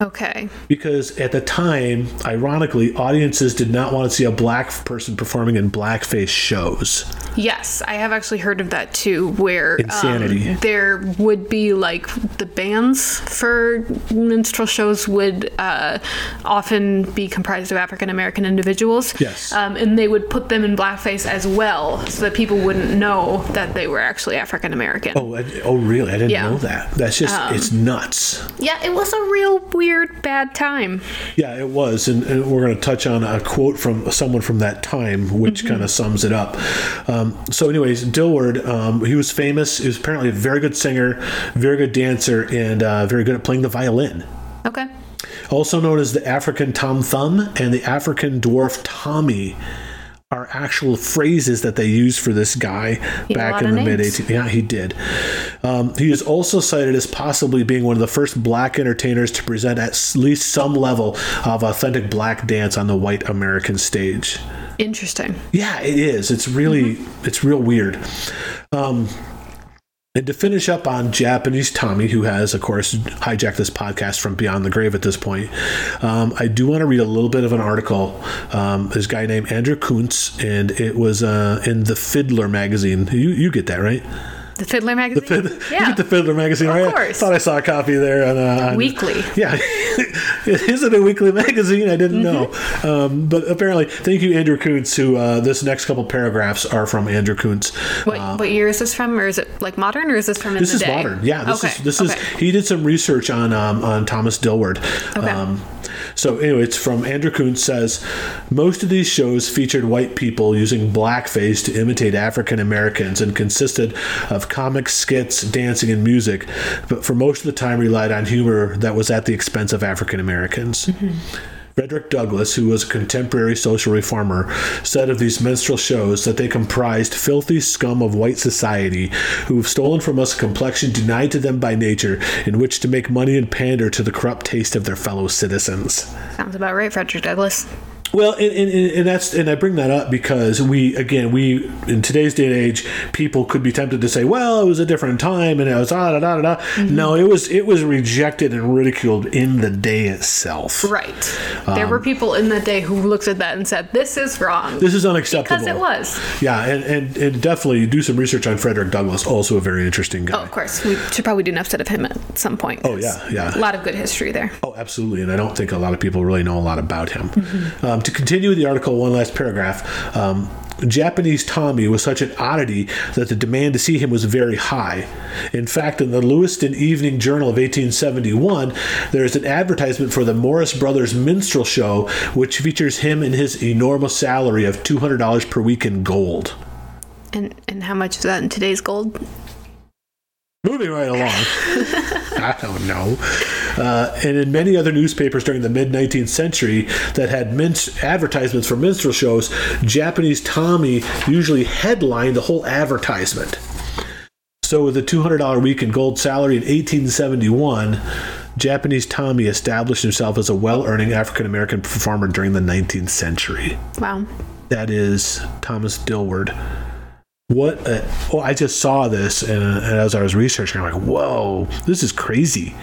Speaker 1: Okay.
Speaker 2: because at the time, ironically, audiences did not want to see a black person performing in blackface shows.
Speaker 1: Yes, I have actually heard of that too, where um,
Speaker 2: Insanity.
Speaker 1: there would be like the bands for minstrel shows would uh, often be comprised of African American individuals.
Speaker 2: Yes.
Speaker 1: um, and they would put them in blackface as well, so that people wouldn't know that they were actually African American.
Speaker 2: Oh, I- oh, really? I didn't
Speaker 1: Yeah.
Speaker 2: know that. That's just it's nuts.
Speaker 1: Yeah, it was a real weird bad time.
Speaker 2: Yeah, it was, and, and we're going to touch on a quote from someone from that time, which kind of sums it up. Um, so, anyways, Dillward, um, he was famous. He was apparently a very good singer, very good dancer, and uh, very good at playing the violin.
Speaker 1: Okay.
Speaker 2: also known as the African Tom Thumb and the African Dwarf Tommy, are actual phrases that they used for this guy
Speaker 1: had a
Speaker 2: back
Speaker 1: lot
Speaker 2: in
Speaker 1: of
Speaker 2: the mid
Speaker 1: names.
Speaker 2: 18th. Yeah, he did. Um, he is also cited as possibly being one of the first black entertainers to present at s- least some level of authentic black dance on the white American stage.
Speaker 1: Interesting.
Speaker 2: Yeah, it is. It's really
Speaker 1: Mm-hmm.
Speaker 2: it's real weird. Um and to finish up on Japanese Tommy, who has, of course, hijacked this podcast from Beyond the Grave at this point, um, I do want to read a little bit of an article. Um, this guy named Andrew Kuntz, and it was uh, in the Fiddler magazine. You you get that right? *laughs*
Speaker 1: The Fiddler magazine.
Speaker 2: You
Speaker 1: yeah.
Speaker 2: get the Fiddler *laughs* magazine right? I
Speaker 1: course.
Speaker 2: thought I saw a copy there on, uh, on
Speaker 1: Weekly.
Speaker 2: yeah, *laughs* is it a weekly magazine? I didn't
Speaker 1: Mm-hmm.
Speaker 2: know. Um, but apparently, thank you, Andrew Kuntz. Who uh, this next couple paragraphs are from Andrew Kuntz.
Speaker 1: What, what year is this from, or is it like modern, or is this from in
Speaker 2: This
Speaker 1: the
Speaker 2: is
Speaker 1: day?
Speaker 2: modern. Yeah, this
Speaker 1: okay.
Speaker 2: is this
Speaker 1: okay.
Speaker 2: is he did some research on um, on Thomas Dillward.
Speaker 1: Okay.
Speaker 2: Um, so anyway, it's from Andrew Kuntz says most of these shows featured white people using blackface to imitate African Americans and consisted of comic skits, dancing, and music, but for most of the time relied on humor that was at the expense of African Americans.
Speaker 1: Mm-hmm.
Speaker 2: Frederick Douglass, who was a contemporary social reformer, said of these minstrel shows that they comprised filthy scum of white society who have stolen from us a complexion denied to them by nature in which to make money and pander to the corrupt taste of their fellow citizens.
Speaker 1: Sounds about right, Frederick Douglass.
Speaker 2: Well, and, and, and and that's and I bring that up because we again we in today's day and age people could be tempted to say, well, it was a different time and it was ah da da da da.
Speaker 1: Mm-hmm.
Speaker 2: No, it was it was rejected and ridiculed in the day itself.
Speaker 1: Right. there were people in that day who looked at that and said, "This is wrong,"
Speaker 2: Um, This is unacceptable.
Speaker 1: because it was.
Speaker 2: Yeah, and, and, and definitely do some research on Frederick Douglass, also a very interesting
Speaker 1: Oh,
Speaker 2: guy.
Speaker 1: of course, we should probably do an episode of him at some point. Oh
Speaker 2: yeah, yeah.
Speaker 1: A lot of good history there.
Speaker 2: Oh, absolutely. And I don't think a lot of people really know a lot about him. Um, to continue with the article, one last paragraph. Um, Japanese Tommy was such an oddity that the demand to see him was very high. In fact, in the Lewiston Evening Journal of 1871, there is an advertisement for the Morris Brothers Minstrel Show, which features him and his enormous salary of $200 per week in gold.
Speaker 1: And and how much is that in today's gold?
Speaker 2: Moving right along. I don't know. Uh, and in many other newspapers during the mid 19th century that had min- advertisements for minstrel shows, Japanese Tommy usually headlined the whole advertisement. So, with a $200 week in gold salary in 1871, Japanese Tommy established himself as a well earning African American performer during the 19th century
Speaker 1: Wow.
Speaker 2: that is Thomas Dillward. What? A, oh, I just saw this, and, and as I was researching, I'm like, "Whoa, this is crazy!"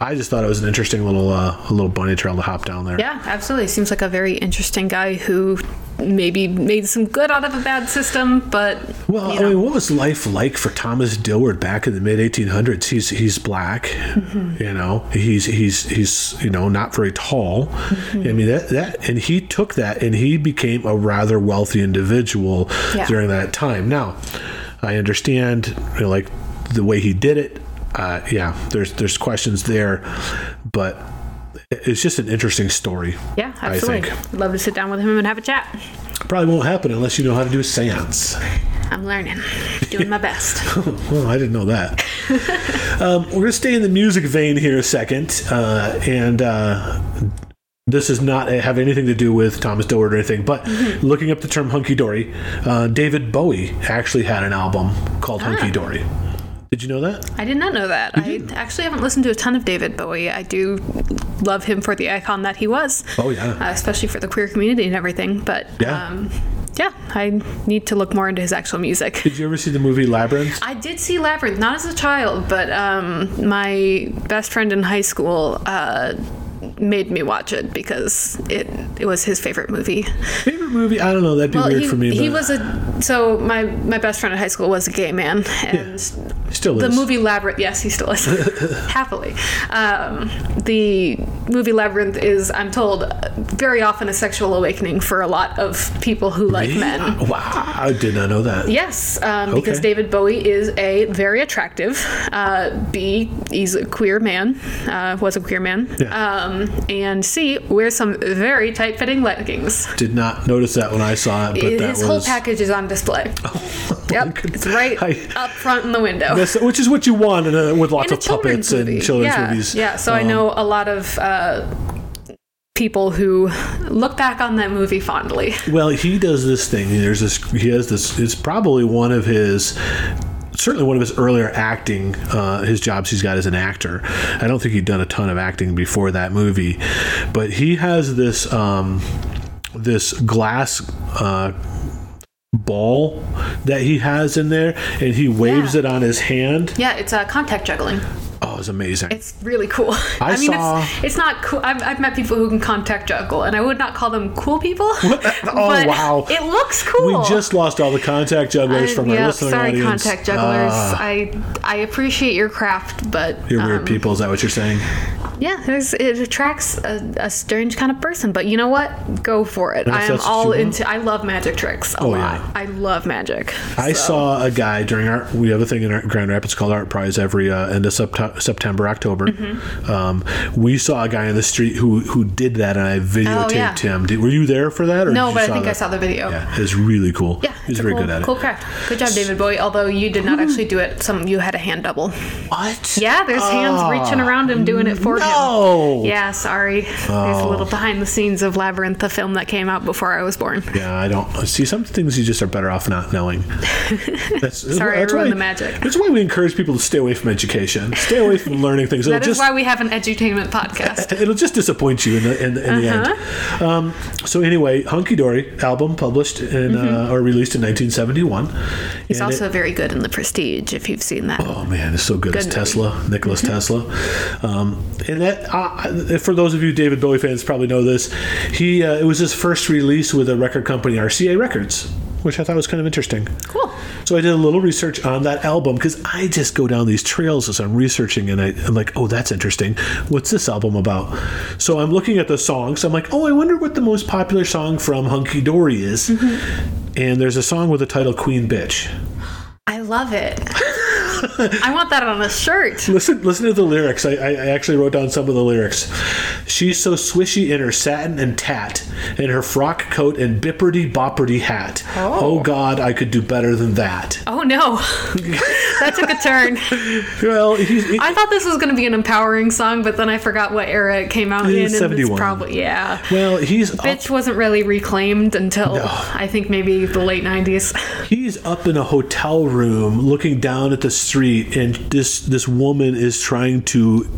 Speaker 2: I just thought it was an interesting little uh, a little bunny trail to hop down there.
Speaker 1: Yeah, absolutely. Seems like a very interesting guy who maybe made some good out of a bad system, but
Speaker 2: Well,
Speaker 1: you know.
Speaker 2: I mean, what was life like for Thomas Dillard back in the mid 1800s? He's he's black,
Speaker 1: Mm-hmm.
Speaker 2: you know. He's he's he's you know not very tall.
Speaker 1: Mm-hmm.
Speaker 2: I mean that that and he took that and he became a rather wealthy individual
Speaker 1: Yeah.
Speaker 2: during that time. Now, I understand you know, like the way he did it. Uh, yeah, there's there's questions there, but it's just an interesting story.
Speaker 1: yeah,
Speaker 2: I
Speaker 1: absolutely.
Speaker 2: think.
Speaker 1: I'd love to sit down with him and have a chat.
Speaker 2: Probably won't happen unless you know how to do a séance.
Speaker 1: I'm learning, doing my best.
Speaker 2: Well, I didn't
Speaker 1: *laughs*
Speaker 2: know that. um, we're going to stay in the music vein here a second. Uh, and uh, this does not have anything to do with Thomas Dillard or anything, but
Speaker 1: Mm-hmm.
Speaker 2: looking up the term hunky dory, uh, David Bowie actually had an album called
Speaker 1: Ah.
Speaker 2: Hunky Dory. Did you know that?
Speaker 1: I did not know that. I actually haven't listened to a ton of David Bowie. I do love him for the icon that he was.
Speaker 2: Oh, yeah.
Speaker 1: Uh, especially for the queer community and everything. But
Speaker 2: Yeah.
Speaker 1: um, yeah, I need to look more into his actual music.
Speaker 2: Did you ever see the movie Labyrinth?
Speaker 1: I did see Labyrinth, not as a child, but um, my best friend in high school uh, made me watch it because it, it was his favorite movie.
Speaker 2: Favorite movie? I don't know. That'd be
Speaker 1: Well,
Speaker 2: weird
Speaker 1: he,
Speaker 2: for me.
Speaker 1: he
Speaker 2: but
Speaker 1: was a so my my best friend in high school was a gay man, and
Speaker 2: still
Speaker 1: the
Speaker 2: is.
Speaker 1: movie Labyrinth. Yes, he still
Speaker 2: *laughs*
Speaker 1: is happily. Um, the movie Labyrinth is, I'm told, very often a sexual awakening for a lot of people who like men.
Speaker 2: Wow, I did not know that.
Speaker 1: Yes, um, because
Speaker 2: Okay.
Speaker 1: David Bowie is a very attractive, uh, B, he's a queer man, uh, was a queer man,
Speaker 2: Yeah.
Speaker 1: um, and C, wears some very tight fitting leggings.
Speaker 2: Did not notice that when I saw it, but that
Speaker 1: His
Speaker 2: was Oh
Speaker 1: whole package is on
Speaker 2: *laughs*
Speaker 1: display. yep, it's right
Speaker 2: I-
Speaker 1: up front in the window.
Speaker 2: That's- which is what you want in a, with
Speaker 1: in
Speaker 2: lots
Speaker 1: a
Speaker 2: of puppets
Speaker 1: children's movie.
Speaker 2: and children's
Speaker 1: yeah.
Speaker 2: movies.
Speaker 1: Yeah, so I
Speaker 2: Um,
Speaker 1: know a lot of uh, people who look back on that movie
Speaker 2: *laughs*
Speaker 1: fondly.
Speaker 2: Well, he does this thing. There's this. He has this. It's probably one of his. Certainly, one of his earlier acting, uh, his jobs he's got as an actor. I don't think he'd done a ton of acting before that movie, but he has this um, this glass uh, ball that he has in there, and he waves
Speaker 1: Yeah.
Speaker 2: it on his hand.
Speaker 1: Yeah, it's uh, contact juggling.
Speaker 2: Oh, it's amazing.
Speaker 1: It's really cool. *laughs* I, mean,
Speaker 2: saw-
Speaker 1: it's, it's not cool. I've, I've met people who can contact juggle, and I would not call them cool people.
Speaker 2: *laughs*
Speaker 1: *laughs* but
Speaker 2: Oh, wow.
Speaker 1: It looks cool.
Speaker 2: we just lost all the contact jugglers
Speaker 1: I-
Speaker 2: from our
Speaker 1: yeah,
Speaker 2: listening
Speaker 1: sorry,
Speaker 2: audience.
Speaker 1: contact jugglers.
Speaker 2: Ah.
Speaker 1: I I appreciate your craft, but
Speaker 2: You're
Speaker 1: um,
Speaker 2: weird people. Is that what you're saying?
Speaker 1: Yeah, there's, it attracts a, a strange kind of person, but you know what? Go for it. I am
Speaker 2: that's what you
Speaker 1: all
Speaker 2: want.
Speaker 1: into. I love magic tricks a
Speaker 2: Oh,
Speaker 1: lot.
Speaker 2: yeah.
Speaker 1: I love magic.
Speaker 2: I
Speaker 1: So-
Speaker 2: saw a guy during our. We have a thing in our Grand Rapids called Art Prize every uh, end of Sept- September, October.
Speaker 1: Mm-hmm.
Speaker 2: Um, we saw a guy on the street who who did that, and I
Speaker 1: Oh,
Speaker 2: videotaped
Speaker 1: yeah.
Speaker 2: him. Did, were you there for that? Or
Speaker 1: No,
Speaker 2: did you
Speaker 1: but I think I
Speaker 2: that?
Speaker 1: saw the video. Yeah.
Speaker 2: Yeah, it was really cool. he's
Speaker 1: it's a
Speaker 2: very
Speaker 1: cool,
Speaker 2: good at it.
Speaker 1: cool craft. Good job, David Bowie. Although you did not actually do it, some you had a hand double.
Speaker 2: What?
Speaker 1: Yeah, there's hands
Speaker 2: Ah,
Speaker 1: reaching around him doing it for
Speaker 2: no. Ah.
Speaker 1: him. Yeah, sorry. There's a little behind the scenes of Labyrinth, the film that came out before I was born.
Speaker 2: Yeah, I don't see some things you just are better off
Speaker 1: *laughs*
Speaker 2: not knowing. That's,
Speaker 1: Sorry, I ruined
Speaker 2: that's why,
Speaker 1: the magic.
Speaker 2: That's why we encourage people to stay away from education, stay away from
Speaker 1: *laughs*
Speaker 2: learning things.
Speaker 1: That is
Speaker 2: It'll just,
Speaker 1: why we have an edutainment podcast.
Speaker 2: *laughs* It'll just disappoint you in the in, the- in the
Speaker 1: Uh-huh.
Speaker 2: end. Um, so anyway, Hunky Dory album published in uh, or released in 1971.
Speaker 1: He's
Speaker 2: And
Speaker 1: Mm-hmm. also
Speaker 2: it-
Speaker 1: very good in The Prestige, if you've seen that.
Speaker 2: oh man, it's so good. It's
Speaker 1: Good Mm-hmm.
Speaker 2: Tesla, Nicholas Tesla, um, and that uh, for those of you David Bowie fans probably know this. He uh, it was his first release with a record company, RCA Records, which I thought was kind of interesting.
Speaker 1: Cool.
Speaker 2: So I did a little research on that album because I just go down these trails as I'm researching, and I, I'm like, oh, that's interesting. What's this album about? So I'm looking at the songs. I'm like, oh, I wonder what the most popular song from Hunky Dory is. And there's a song with the title "Queen Bitch."
Speaker 1: I love
Speaker 2: *laughs*
Speaker 1: it. I want that on a shirt.
Speaker 2: Listen, listen to the lyrics. I, I I actually wrote down some of the lyrics. She's so swishy in her satin and tat, in her frock coat and bipperty bopperty hat. Oh. God, I could do better than that.
Speaker 1: Oh no, *laughs* that took a turn.
Speaker 2: Well, he's, he-
Speaker 1: I thought this was going to be an empowering song, but then I forgot what era it came out in. and it's
Speaker 2: 71.
Speaker 1: probably yeah.
Speaker 2: well, he's up-
Speaker 1: Bitch wasn't really reclaimed until I think maybe the late *laughs* '90s.
Speaker 2: He's up in a hotel room looking down at the street, and this this woman is trying to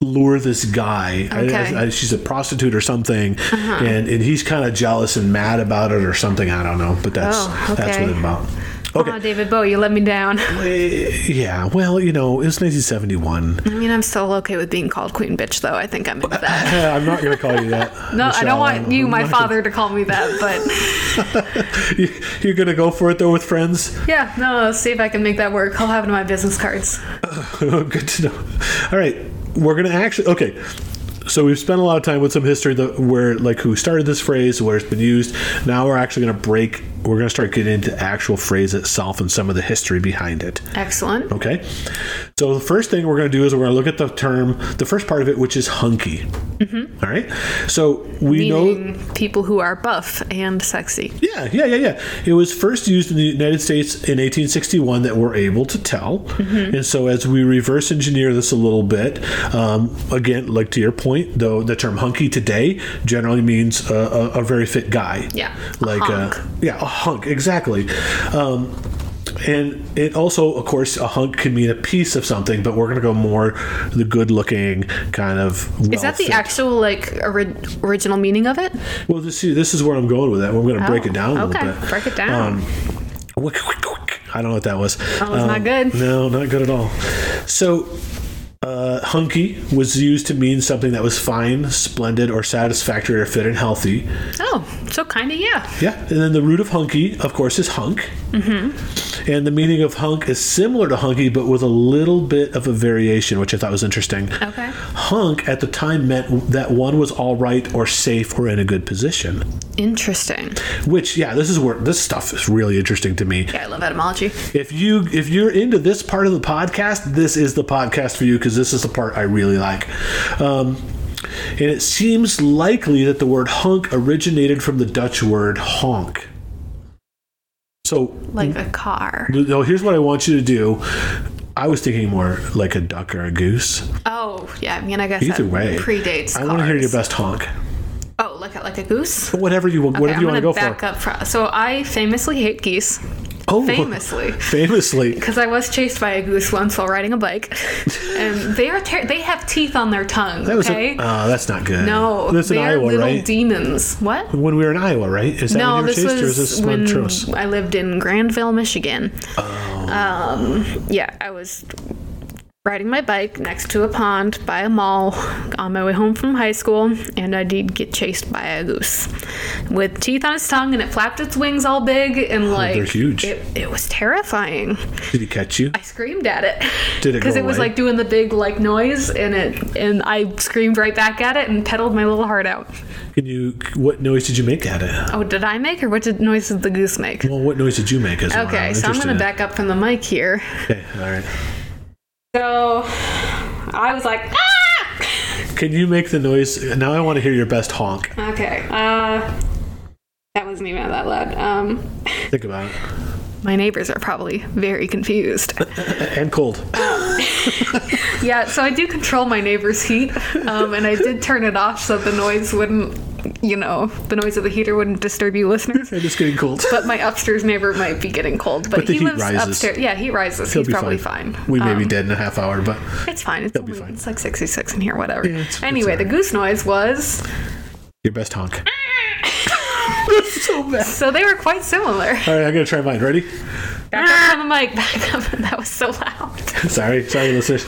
Speaker 2: lure this guy. I-
Speaker 1: Okay. Uh-huh.
Speaker 2: I- I- she's a prostitute or something, and, and he's kind of jealous and mad about it or something. I don't know, but that's
Speaker 1: Oh,
Speaker 2: that's what
Speaker 1: okay.
Speaker 2: it's about. Okay.
Speaker 1: Aw, David Bowie, you let me down.
Speaker 2: Uh, yeah. Well, you know, it
Speaker 1: *laughs*
Speaker 2: was 1971.
Speaker 1: I mean, I'm still okay with being called queen bitch, though. I think I'm into that.
Speaker 2: *laughs* *laughs* I'm not going to call you that.
Speaker 1: No, I
Speaker 2: Michelle.
Speaker 1: don't want you,
Speaker 2: I'm
Speaker 1: my
Speaker 2: not *laughs*
Speaker 1: father, to call me that, but
Speaker 2: gonna- You're going to go for it though with friends.
Speaker 1: yeah, no, let's see if I can make that work. I'll have it in my business cards.
Speaker 2: *laughs* Good to know. All right, we're gonna actually okay. So we've spent a lot of time with some history that where like who started this phrase, where it's been used. Now we're actually gonna break. We're gonna start getting into actual phrase itself and some of the history behind it.
Speaker 1: Excellent.
Speaker 2: Okay. So the first thing we're going to do is we're going to look at the term, the first part of it, which is hunky. All right. So we know.
Speaker 1: Meaning people who are buff and sexy.
Speaker 2: Yeah, yeah, yeah, yeah. It was first used in the United States in 1861 that we're able to tell.
Speaker 1: Mm-hmm.
Speaker 2: And so, as we reverse engineer this a little bit, um, again, like to your point, though, the term hunky today generally means a, a, a very fit guy.
Speaker 1: Yeah, a
Speaker 2: Like,
Speaker 1: hunk.
Speaker 2: Uh, yeah, a hunk, exactly. Um, and it also, of course, a hunk can mean a piece of something, but we're going to go more the good looking kind of.
Speaker 1: Is that the
Speaker 2: well-fit.
Speaker 1: actual, like, ori- original meaning of it?
Speaker 2: Well, this, see, this is where I'm going with that. We're going to break
Speaker 1: Oh,
Speaker 2: it down a
Speaker 1: okay.
Speaker 2: little bit. Um,
Speaker 1: Break it down.
Speaker 2: Wick, wick, wick. I don't know what that was. That
Speaker 1: was not good.
Speaker 2: No, not good at all. So, uh, hunky was used to mean something that was fine, splendid, or satisfactory, or fit and healthy.
Speaker 1: Oh, so kind of, yeah.
Speaker 2: Yeah, and then the root of hunky, of course, is hunk. Mm-hmm. And the meaning of hunk is similar to hunky, but with a little bit of a variation, which I thought was interesting.
Speaker 1: Okay.
Speaker 2: Hunk at the time meant that one was all right or safe or in a good position.
Speaker 1: Interesting.
Speaker 2: Which, yeah, this is where this stuff is really interesting to me.
Speaker 1: Yeah, I love etymology.
Speaker 2: If you if you're into this part of the podcast, this is the podcast for you because this is the part I really like. Um, and it seems likely that the word hunk originated from the Dutch word honk. So
Speaker 1: Like a car.
Speaker 2: no, here's what I want you to do. I was thinking more like a duck or a goose.
Speaker 1: Oh, yeah. I mean, I guess
Speaker 2: Either
Speaker 1: that
Speaker 2: way,
Speaker 1: predates.
Speaker 2: I want to hear your
Speaker 1: cars.
Speaker 2: best honk.
Speaker 1: Oh, like a, like a goose.
Speaker 2: Whatever you whatever
Speaker 1: Okay,
Speaker 2: you
Speaker 1: I'm
Speaker 2: want to go
Speaker 1: gonna back
Speaker 2: for.
Speaker 1: up. Fro- so I famously hate geese
Speaker 2: Oh, *laughs*
Speaker 1: famously.
Speaker 2: famously.
Speaker 1: because I was chased by a goose once while riding a
Speaker 2: *laughs*
Speaker 1: bike, and they are ter- they have teeth on their tongue.
Speaker 2: That was a-
Speaker 1: okay.
Speaker 2: oh, that's not good.
Speaker 1: no,
Speaker 2: that's in
Speaker 1: they are
Speaker 2: Iowa,
Speaker 1: little
Speaker 2: right?
Speaker 1: demons. What?
Speaker 2: when we were in Iowa, right? Is that
Speaker 1: No,
Speaker 2: when you were
Speaker 1: this
Speaker 2: chased, or is
Speaker 1: was
Speaker 2: this
Speaker 1: when
Speaker 2: Montrose?
Speaker 1: I lived in Grandville, Michigan.
Speaker 2: Oh.
Speaker 1: Um, yeah, I was riding my bike next to a pond by a mall on my way home from high school, and I did get chased by a goose with teeth on its tongue, and it flapped its wings all big and like
Speaker 2: Oh, huge.
Speaker 1: It, it was terrifying.
Speaker 2: Did he catch you?
Speaker 1: I screamed at it.
Speaker 2: Did it go
Speaker 1: Because it was
Speaker 2: away?
Speaker 1: like doing the big like noise, and it and I screamed right back at it and pedaled my little heart out.
Speaker 2: Can you? What noise did you make at it?
Speaker 1: Oh, did I make or what did noise did the goose make?
Speaker 2: Well, what noise did you make? Is what
Speaker 1: Okay, so I'm
Speaker 2: interested
Speaker 1: gonna
Speaker 2: in.
Speaker 1: back up from the mic here.
Speaker 2: Okay, all right.
Speaker 1: So I was like, ah!
Speaker 2: Can you make the noise? Now I want to hear your best honk.
Speaker 1: Okay. Uh, that wasn't even that loud. Um,
Speaker 2: Think about it.
Speaker 1: my neighbors are probably very
Speaker 2: *laughs*
Speaker 1: confused.
Speaker 2: And cold.
Speaker 1: yeah, so I do control my neighbor's heat, um, and I did turn it off so the noise wouldn't, you know, the noise of the heater wouldn't disturb you listeners.
Speaker 2: And it's getting cold.
Speaker 1: But my upstairs neighbor might be getting cold. But,
Speaker 2: But the
Speaker 1: he
Speaker 2: heat
Speaker 1: lives
Speaker 2: rises.
Speaker 1: upstairs. Yeah, he rises.
Speaker 2: It'll
Speaker 1: He's
Speaker 2: be
Speaker 1: probably fine.
Speaker 2: We may
Speaker 1: Um,
Speaker 2: be dead in a half hour, but
Speaker 1: It's fine. It's, only,
Speaker 2: fine.
Speaker 1: it's like 66 in here, whatever.
Speaker 2: Yeah, it's- it's
Speaker 1: anyway, the
Speaker 2: alright.
Speaker 1: goose noise was.
Speaker 2: your best honk. That's so bad.
Speaker 1: So they were quite similar.
Speaker 2: All right, I'm gonna try mine. Ready? *laughs*
Speaker 1: Back up on the mic, back up. *laughs* That was so
Speaker 2: *laughs*
Speaker 1: loud.
Speaker 2: Sorry, sorry, listeners.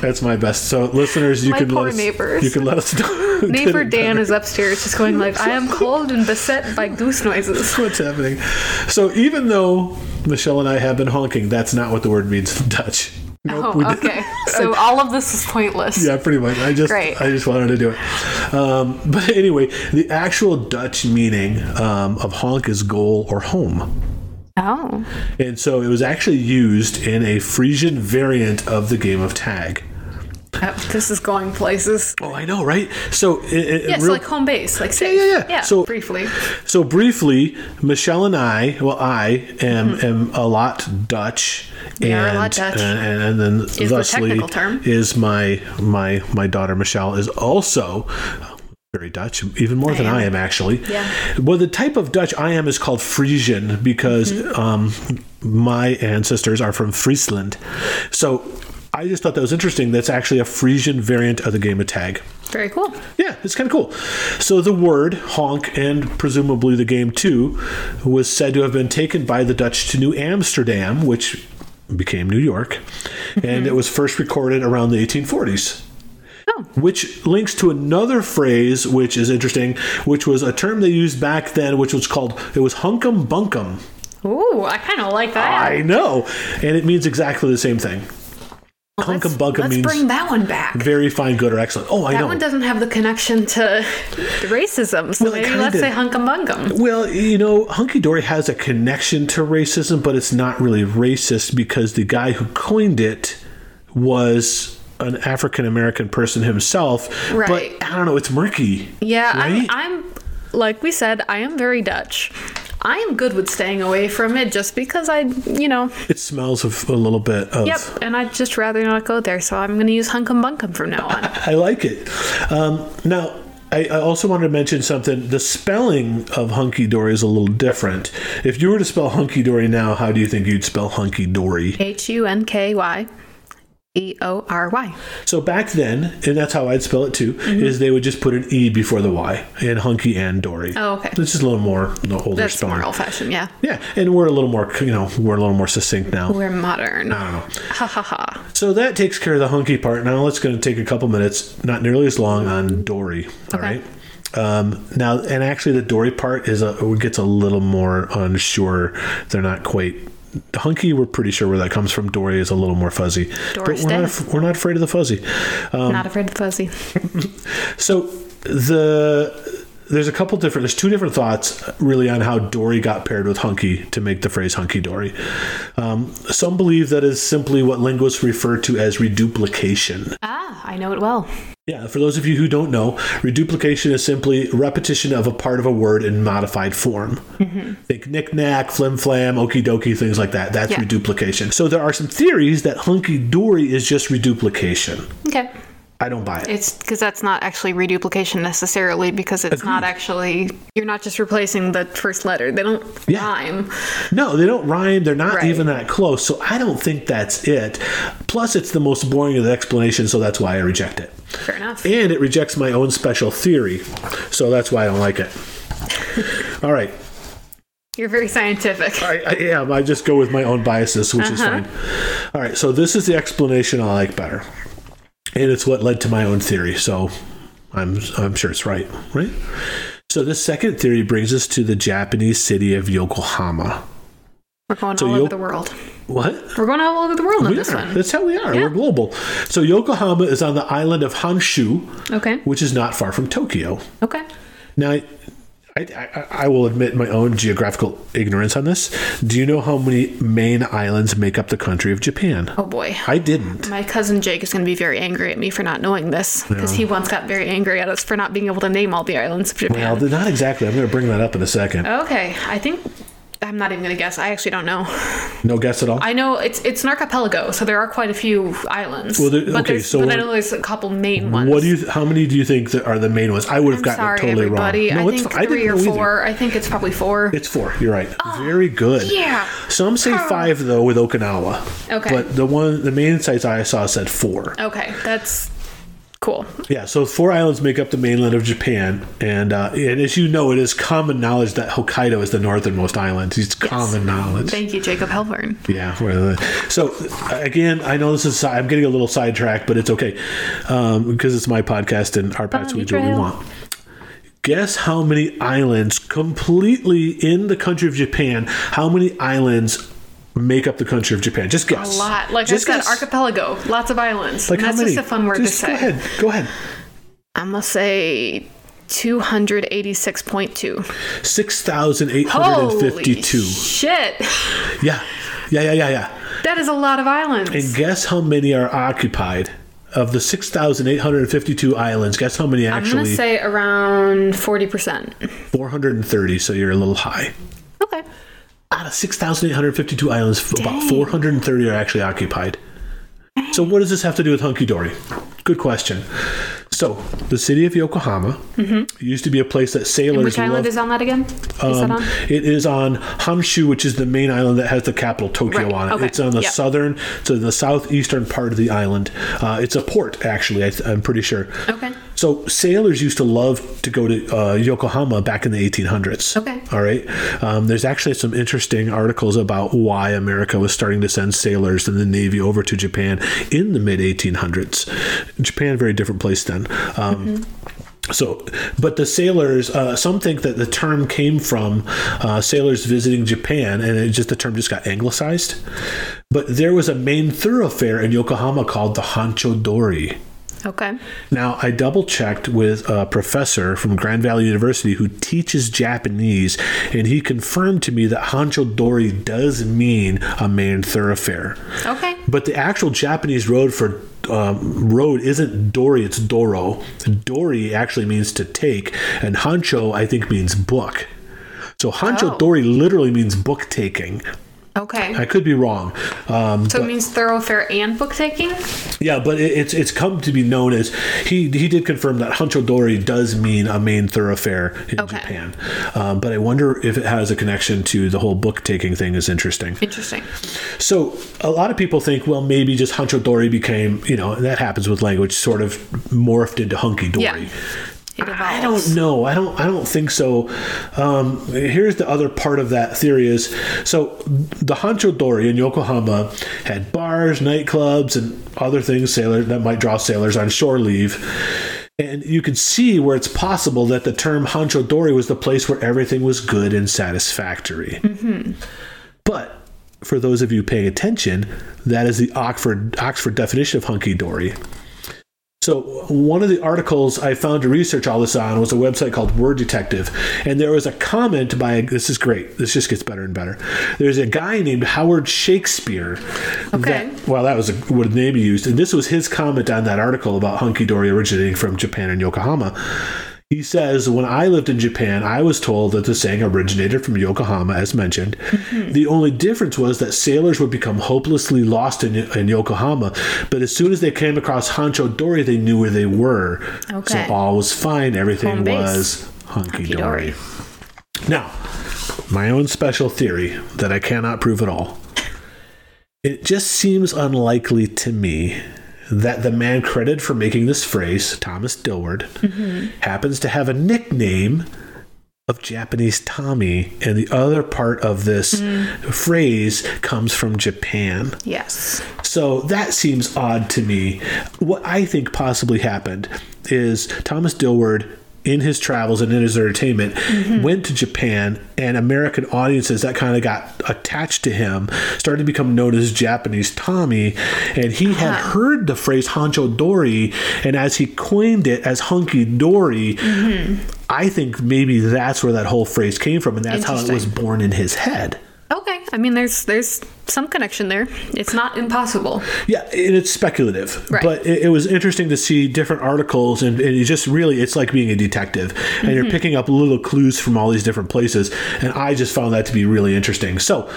Speaker 2: That's my best. So, listeners, you
Speaker 1: My
Speaker 2: can
Speaker 1: poor
Speaker 2: let us,
Speaker 1: neighbors.
Speaker 2: You can let us know. *laughs* who did
Speaker 1: Neighbor
Speaker 2: it
Speaker 1: Dan is upstairs just going like, I am cold and beset by goose noises.
Speaker 2: *laughs* What's happening? So even though Michelle and I have been honking, that's not what the word means in Dutch. Nope,
Speaker 1: *laughs* Oh,
Speaker 2: we didn't.
Speaker 1: okay. So all of this is pointless.
Speaker 2: *laughs* Yeah, pretty much. I just
Speaker 1: Great.
Speaker 2: I just wanted to do it. Um, but anyway, the actual Dutch meaning um, of honk is goal or home.
Speaker 1: Oh.
Speaker 2: And so it was actually used in a Frisian variant of the game of tag.
Speaker 1: Oh, This is going places.
Speaker 2: Oh, I know, right? So it, it,
Speaker 1: Yeah,
Speaker 2: it
Speaker 1: so
Speaker 2: real-
Speaker 1: like home base, like safe.
Speaker 2: yeah, yeah. So-
Speaker 1: briefly.
Speaker 2: So briefly, Michelle and I, well, I am am a lot Dutch,
Speaker 1: Mm-hmm. We
Speaker 2: and,
Speaker 1: are a lot Dutch.
Speaker 2: and and, and then
Speaker 1: the
Speaker 2: thusly
Speaker 1: technical term.
Speaker 2: is my my my daughter Michelle is also very Dutch, even more than
Speaker 1: am.
Speaker 2: I am actually.
Speaker 1: Yeah.
Speaker 2: Well, the type of Dutch I am is called Frisian
Speaker 1: Mm-hmm.
Speaker 2: because um, my ancestors are from Friesland, so. I just thought that was interesting. That's actually a Frisian variant of the game of tag.
Speaker 1: Very cool.
Speaker 2: Yeah, it's kind of cool. So the word honk and presumably the game too was said to have been taken by the Dutch to New Amsterdam, which became New York, and it was first recorded around the 1840s.
Speaker 1: Mm-hmm. Oh.
Speaker 2: Which links to another phrase, which is interesting, which was a term they used back then, which was called it was hunkum bunkum.
Speaker 1: Ooh, I kind of like that.
Speaker 2: I know, and it means exactly the same thing.
Speaker 1: Let's-
Speaker 2: hunkum bunkum
Speaker 1: Let's
Speaker 2: means
Speaker 1: bring that one back.
Speaker 2: very fine, good, or excellent. Oh, I
Speaker 1: that
Speaker 2: know.
Speaker 1: one doesn't have the connection to the racism, so
Speaker 2: Well, it
Speaker 1: maybe let's
Speaker 2: kinda-
Speaker 1: say hunkum bunkum.
Speaker 2: Well, you know, hunky dory has a connection to racism, but it's not really racist because the guy who coined it was an African American person himself.
Speaker 1: Right.
Speaker 2: But I don't know, it's murky.
Speaker 1: Yeah,
Speaker 2: Right?
Speaker 1: I'm, I'm, like we said, I am very Dutch. I am good with staying away from it just because I, you know,
Speaker 2: It smells of a little bit of.
Speaker 1: yep, and I'd just rather not go there, so I'm going to use hunkum bunkum from now on.
Speaker 2: *laughs* I like it. Um, now, I, I also wanted to mention something. The spelling of hunky dory is a little different. If you were to spell hunky dory now, how do you think you'd spell hunky dory?
Speaker 1: H U N K Y E O R Y.
Speaker 2: So back then, and that's how I'd spell it too,
Speaker 1: Mm-hmm.
Speaker 2: is they would just put an E before the Y in hunky and dory.
Speaker 1: Oh, okay.
Speaker 2: It's just a little more the older
Speaker 1: That's
Speaker 2: spelling.
Speaker 1: more old fashioned, yeah.
Speaker 2: Yeah, and we're a little more, you know, we're a little more succinct now.
Speaker 1: We're modern.
Speaker 2: I don't know.
Speaker 1: Ha ha ha.
Speaker 2: So that takes care of the hunky part. Now it's going to take a couple minutes, not nearly as long, on dory.
Speaker 1: Okay.
Speaker 2: All right. Um, now, and actually, the dory part is a gets a little more unsure. They're not quite. The hunky, we're pretty sure where that comes from. Dory is a little more fuzzy,
Speaker 1: Dory's
Speaker 2: but we're
Speaker 1: dead.
Speaker 2: not, af- we're not afraid of the fuzzy. Um,
Speaker 1: Not afraid of fuzzy.
Speaker 2: So the there's a couple different there's two different thoughts really on how Dory got paired with hunky to make the phrase hunky dory. Um, some believe that is simply what linguists refer to as reduplication.
Speaker 1: Ah, I know it well.
Speaker 2: Yeah, for those of you who don't know, reduplication is simply repetition of a part of a word in modified form. Think knick knack, flim flam, okie dokie, things like that. That's
Speaker 1: Yeah.
Speaker 2: reduplication. So there are some theories that hunky dory is just reduplication.
Speaker 1: Okay.
Speaker 2: I don't buy it.
Speaker 1: It's because that's not actually reduplication necessarily because it's not actually you're not just replacing the first letter. They don't
Speaker 2: Yeah.
Speaker 1: rhyme.
Speaker 2: No, they don't rhyme. They're not
Speaker 1: Right.
Speaker 2: even that close. So I don't think that's it. Plus, it's the most boring of the explanations, so that's why I reject it.
Speaker 1: Fair enough.
Speaker 2: And it rejects my own special theory, so that's why I don't like it. *laughs* All right.
Speaker 1: You're very scientific.
Speaker 2: I, I am. I just go with my own biases, which is fine. All right. So this is the explanation I like better. And it's what led to my own theory. So I'm, I'm sure it's right, right? So this second theory brings us to the Japanese city of Yokohama.
Speaker 1: We're going
Speaker 2: So
Speaker 1: all
Speaker 2: you'll-
Speaker 1: over the world.
Speaker 2: What?
Speaker 1: We're going all over the world on
Speaker 2: We
Speaker 1: this
Speaker 2: are.
Speaker 1: one.
Speaker 2: That's how we are.
Speaker 1: Yeah.
Speaker 2: We're global. So Yokohama is on the island of Honshu,
Speaker 1: Okay.
Speaker 2: which is not far from Tokyo.
Speaker 1: Okay.
Speaker 2: Now, I, I, I, I will admit my own geographical ignorance on this. Do you know how many main islands make up the country of Japan?
Speaker 1: Oh boy.
Speaker 2: I didn't.
Speaker 1: My cousin Jake is going to be very angry at me for not knowing this because he once got very angry at us for not being able to name all the islands of
Speaker 2: Well,
Speaker 1: Japan.
Speaker 2: th- not exactly. I'm going to bring that up in a second.
Speaker 1: okay, I think I'm not even going to guess. I actually don't know.
Speaker 2: no guess at all.
Speaker 1: I know it's it's an archipelago, so there are quite a few islands.
Speaker 2: Well, there-
Speaker 1: but
Speaker 2: okay,
Speaker 1: there's,
Speaker 2: so
Speaker 1: but I
Speaker 2: what-
Speaker 1: know there's a couple main ones.
Speaker 2: what do you? th- How many do you think that are the main ones? I would have
Speaker 1: I'm
Speaker 2: gotten
Speaker 1: sorry,
Speaker 2: it totally
Speaker 1: everybody.
Speaker 2: wrong.
Speaker 1: I think
Speaker 2: fi- didn't
Speaker 1: three or
Speaker 2: know either.
Speaker 1: four. I think it's probably four.
Speaker 2: It's four. You're right. Very good.
Speaker 1: Oh, yeah.
Speaker 2: Some say five though with Okinawa.
Speaker 1: Okay.
Speaker 2: But the one, the main sites I saw said four.
Speaker 1: okay, that's cool.
Speaker 2: Yeah. So four islands make up the mainland of Japan, and uh, and as you know, it is common knowledge that Hokkaido is the northernmost island. It's common knowledge.
Speaker 1: Thank you, Jacob Helvern.
Speaker 2: yeah. well, uh, So again, I know this is I'm getting a little sidetracked, but it's okay um, because it's my podcast and our podcast we do what we
Speaker 1: trail.
Speaker 2: want. Guess how many islands completely in the country of Japan? How many islands make up the country of Japan? Just guess.
Speaker 1: A lot, like
Speaker 2: Just
Speaker 1: I said,
Speaker 2: guess.
Speaker 1: archipelago, lots of islands.
Speaker 2: Like
Speaker 1: and
Speaker 2: how
Speaker 1: that's
Speaker 2: many?
Speaker 1: just a fun word
Speaker 2: Just
Speaker 1: to say.
Speaker 2: Go ahead. Go ahead.
Speaker 1: I'm gonna say 286.2.
Speaker 2: Six thousand eight hundred and fifty-two.
Speaker 1: Holy shit,
Speaker 2: Yeah, yeah, yeah, yeah, yeah.
Speaker 1: that is a lot of islands.
Speaker 2: And guess how many are occupied of the six thousand eight hundred and fifty-two islands? Guess how many
Speaker 1: I'm gonna
Speaker 2: actually?
Speaker 1: say around 40%.
Speaker 2: Four hundred and thirty. So you're a little high.
Speaker 1: Okay.
Speaker 2: Out of six thousand eight hundred fifty-two islands, f- about four hundred and thirty are actually occupied. So what does this have to do with hunky dory? Good question. So the city of Yokohama used to be a place that sailors
Speaker 1: Mm-hmm. Which island
Speaker 2: loved-
Speaker 1: is on that again? is that
Speaker 2: um,
Speaker 1: on?
Speaker 2: It is on Honshu, which is the main island that has the capital Tokyo
Speaker 1: Right,
Speaker 2: on it.
Speaker 1: okay,
Speaker 2: It's on the
Speaker 1: yep.
Speaker 2: southern to the southeastern part of the island. Uh, it's a port, actually. I th- I'm pretty sure.
Speaker 1: Okay.
Speaker 2: So sailors used to love to go to uh, Yokohama back in the 1800s.
Speaker 1: Okay.
Speaker 2: All right. Um, there's actually some interesting articles about why America was starting to send sailors and the Navy over to Japan in the mid 1800s. Japan, very different place then. Um, so, but the sailors, uh, some think that the term came from uh, sailors visiting Japan, and it just the term just got anglicized. But there was a main thoroughfare in Yokohama called the Hancho Dori.
Speaker 1: Okay.
Speaker 2: Now, I double checked with a professor from Grand Valley University who teaches Japanese, and he confirmed to me that Hancho Dori does mean a main thoroughfare.
Speaker 1: Okay.
Speaker 2: But the actual Japanese road for um, road isn't Dori, it's Doro. Dori actually means to take, and Hancho, I think, means book. So Hancho
Speaker 1: Oh.
Speaker 2: Dori literally means book taking.
Speaker 1: Okay.
Speaker 2: I could be wrong. Um,
Speaker 1: so it means thoroughfare and book taking?
Speaker 2: yeah, but it, it's it's come to be known as he he did confirm that Huncho Dori does mean a main thoroughfare in
Speaker 1: Okay.
Speaker 2: Japan. Um, but I wonder if it has a connection to the whole book taking thing. Is interesting.
Speaker 1: Interesting.
Speaker 2: So a lot of people think, well, maybe just Huncho Dory became you know and that happens with language, sort of morphed into hunky dory.
Speaker 1: Yeah. It evolves.
Speaker 2: I don't know. I don't. I don't think so. Um, here's the other part of that theory is so the Hancho Dori in Yokohama had bars, nightclubs, and other things sailor that might draw sailors on shore leave. And you could see where it's possible that the term Hancho Dori was the place where everything was good and satisfactory. But for those of you paying attention, that is the Oxford Oxford definition of hunky dory. So one of the articles I found to research all this on was a website called Word Detective, and there was a comment by this is great. This just gets better and better. There's a guy named Howard Shakespeare.
Speaker 1: Okay.
Speaker 2: That, well, that was a, what a name he used, and this was his comment on that article about hunky dory originating from Japan and Yokohama. He says, When I lived in Japan, I was told that the saying originated from Yokohama, as mentioned.
Speaker 1: Mm-hmm.
Speaker 2: The only difference was that sailors would become hopelessly lost in, in Yokohama, but as soon as they came across Hancho Dory, they knew where they were.
Speaker 1: Okay.
Speaker 2: So all was fine. Everything
Speaker 1: Home base.
Speaker 2: was hunky dory.
Speaker 1: Hunky-dory.
Speaker 2: Now, my own special theory that I cannot prove at all. It just seems unlikely to me that the man credited for making this phrase, Thomas Dilward, happens to have a nickname of Japanese Tommy, and the other part of this phrase comes from Japan.
Speaker 1: Yes.
Speaker 2: So that seems odd to me. What I think possibly happened is Thomas Dilward, in his travels and in his entertainment, went to Japan, and American audiences that kind of got attached to him started to become known as Japanese Tommy. And he had heard the phrase Hancho Dory, and as he coined it as hunky dory, I think maybe that's where that whole phrase came from, and that's how it was
Speaker 1: Interesting.
Speaker 2: born in his head.
Speaker 1: Okay. I mean, there's there's some connection there. It's not impossible.
Speaker 2: Yeah, and it's speculative,
Speaker 1: Right.
Speaker 2: but it, it was interesting to see different articles, and, and it just really it's like being a detective, and
Speaker 1: Mm-hmm.
Speaker 2: you're picking up little clues from all these different places, and I just found that to be really interesting. So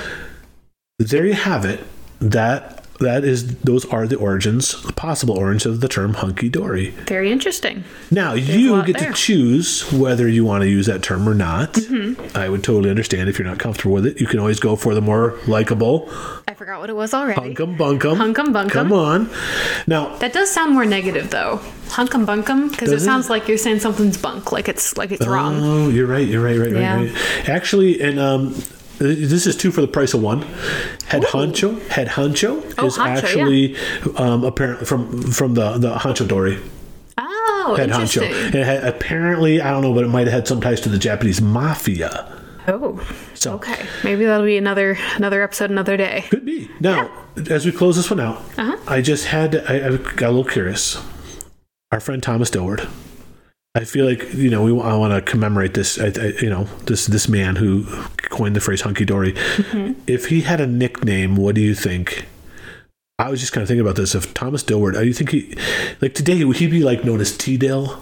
Speaker 2: there you have it. That that is those are the origins, the possible origins of the term hunky dory.
Speaker 1: Very interesting.
Speaker 2: Now you
Speaker 1: lot
Speaker 2: get
Speaker 1: there.
Speaker 2: to choose whether you want to use that term or not.
Speaker 1: Mm-hmm.
Speaker 2: I would totally understand if you're not comfortable with it. You can always go for the more likable
Speaker 1: I forgot what it was already.
Speaker 2: hunkum bunkum.
Speaker 1: Hunkum bunkum.
Speaker 2: Come on. Now
Speaker 1: That does sound more negative though. Hunkum bunkum, because it
Speaker 2: Does it?
Speaker 1: sounds like you're saying something's bunk, like it's like it's wrong.
Speaker 2: Oh, you're right. You're right. Right.
Speaker 1: Yeah.
Speaker 2: Right. Right. Actually, and um, th- this is two for the price of one. Head honcho. Head honcho
Speaker 1: Oh, honcho,
Speaker 2: is
Speaker 1: yeah.
Speaker 2: actually um, apparently from from the the honcho dory.
Speaker 1: Oh,
Speaker 2: Head honcho.
Speaker 1: interesting.
Speaker 2: It had, apparently, I don't know, but it might have had some ties to the Japanese mafia.
Speaker 1: Oh,
Speaker 2: So
Speaker 1: okay. Maybe that'll be another another episode, another day.
Speaker 2: could be. Now, as we close this one out,
Speaker 1: Uh-huh.
Speaker 2: I just had to, I, I got a little curious. Our friend Thomas Dillard. I feel like you know we I want to commemorate this I, I, you know this this man who coined the phrase hunky dory. If he had a nickname, what do you think? I was just kind of thinking about this. If Thomas Dillard, do you think he like today would he be like known as T Dill?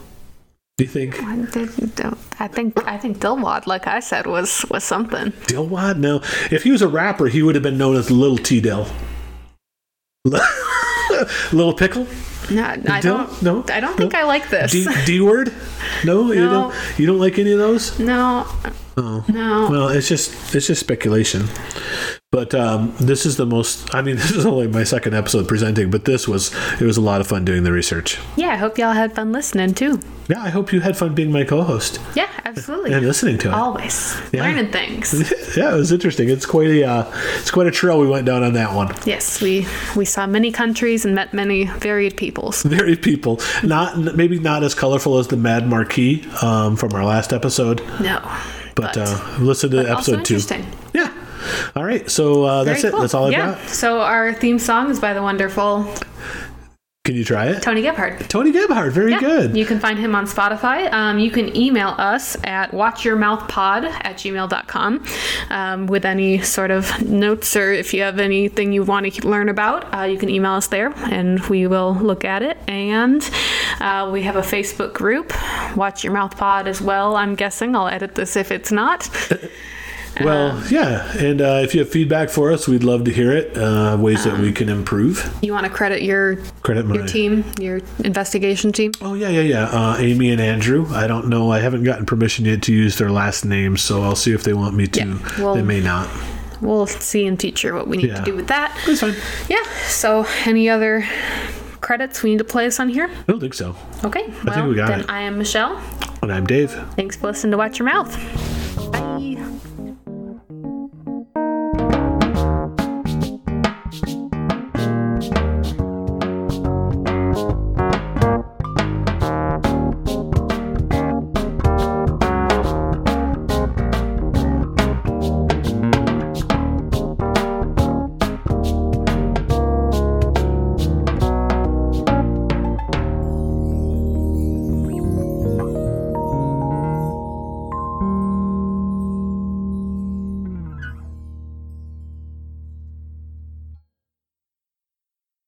Speaker 2: Do you think
Speaker 1: I did- don't- I think I think Dilwad, like I said, was was something.
Speaker 2: Dillwad? No. If he was a rapper, *laughs* he would have been known as Little T Dill. Little Pickle.
Speaker 1: No, I don't.
Speaker 2: No,
Speaker 1: I don't think I like this.
Speaker 2: D, D word? No, you
Speaker 1: No.
Speaker 2: don't. You don't like any of
Speaker 1: *laughs*
Speaker 2: those?
Speaker 1: no,
Speaker 2: Oh.
Speaker 1: no.
Speaker 2: Well, it's just it's just speculation. But um, this is the most. I mean, *laughs* this is only my second episode presenting, but this was it was a lot of fun doing the research.
Speaker 1: Yeah, I hope y'all had fun listening too.
Speaker 2: Yeah, I hope you had fun being my co-host
Speaker 1: Yeah, absolutely.
Speaker 2: and listening to it.
Speaker 1: Always learning things.
Speaker 2: yeah, it was interesting. It's quite a uh, it's quite a trail we went down on that one. *laughs*
Speaker 1: yes, we we saw many countries and met many varied
Speaker 2: *laughs*
Speaker 1: peoples.
Speaker 2: Very people, not maybe not as colorful as the Mad Marquis um, from our last episode,
Speaker 1: No,
Speaker 2: but, uh, listen to
Speaker 1: also
Speaker 2: episode two.
Speaker 1: interesting.
Speaker 2: Yeah. All right. So uh, that's
Speaker 1: Very
Speaker 2: it.
Speaker 1: cool.
Speaker 2: That's all I
Speaker 1: yeah.
Speaker 2: got.
Speaker 1: So our theme song is by the wonderful
Speaker 2: Can you try it?
Speaker 1: Tony Gebhardt.
Speaker 2: Tony Gebhardt. Very
Speaker 1: Yeah.
Speaker 2: good.
Speaker 1: You can find him on Spotify. Um, you can email us at watchyourmouthpod at gmail.com um, with any sort of notes or if you have anything you want to learn about, uh, you can email us there and we will look at it. And uh, we have a Facebook group, Watch Your Mouth Pod, as well. I'm guessing I'll edit this if it's not.
Speaker 2: well, yeah. And uh, if you have feedback for us, we'd love to hear it. Uh, ways that we can improve.
Speaker 1: You want to credit your
Speaker 2: Credit my
Speaker 1: Um, your team, your investigation team.
Speaker 2: Oh yeah, yeah, yeah. Uh, Amy and Andrew. I don't know. I haven't gotten permission yet to use their last names, so I'll see if they want me to.
Speaker 1: Yeah, well-
Speaker 2: they may not.
Speaker 1: We'll see in future what we need
Speaker 2: Yeah.
Speaker 1: to do with that.
Speaker 2: It's fine.
Speaker 1: Yeah. So, any other credits we need to place on here?
Speaker 2: I don't think so.
Speaker 1: Okay. Well,
Speaker 2: we got
Speaker 1: then
Speaker 2: it.
Speaker 1: I am Michelle.
Speaker 2: And I'm Dave.
Speaker 1: Thanks for listening to Watch Your Mouth. Bye.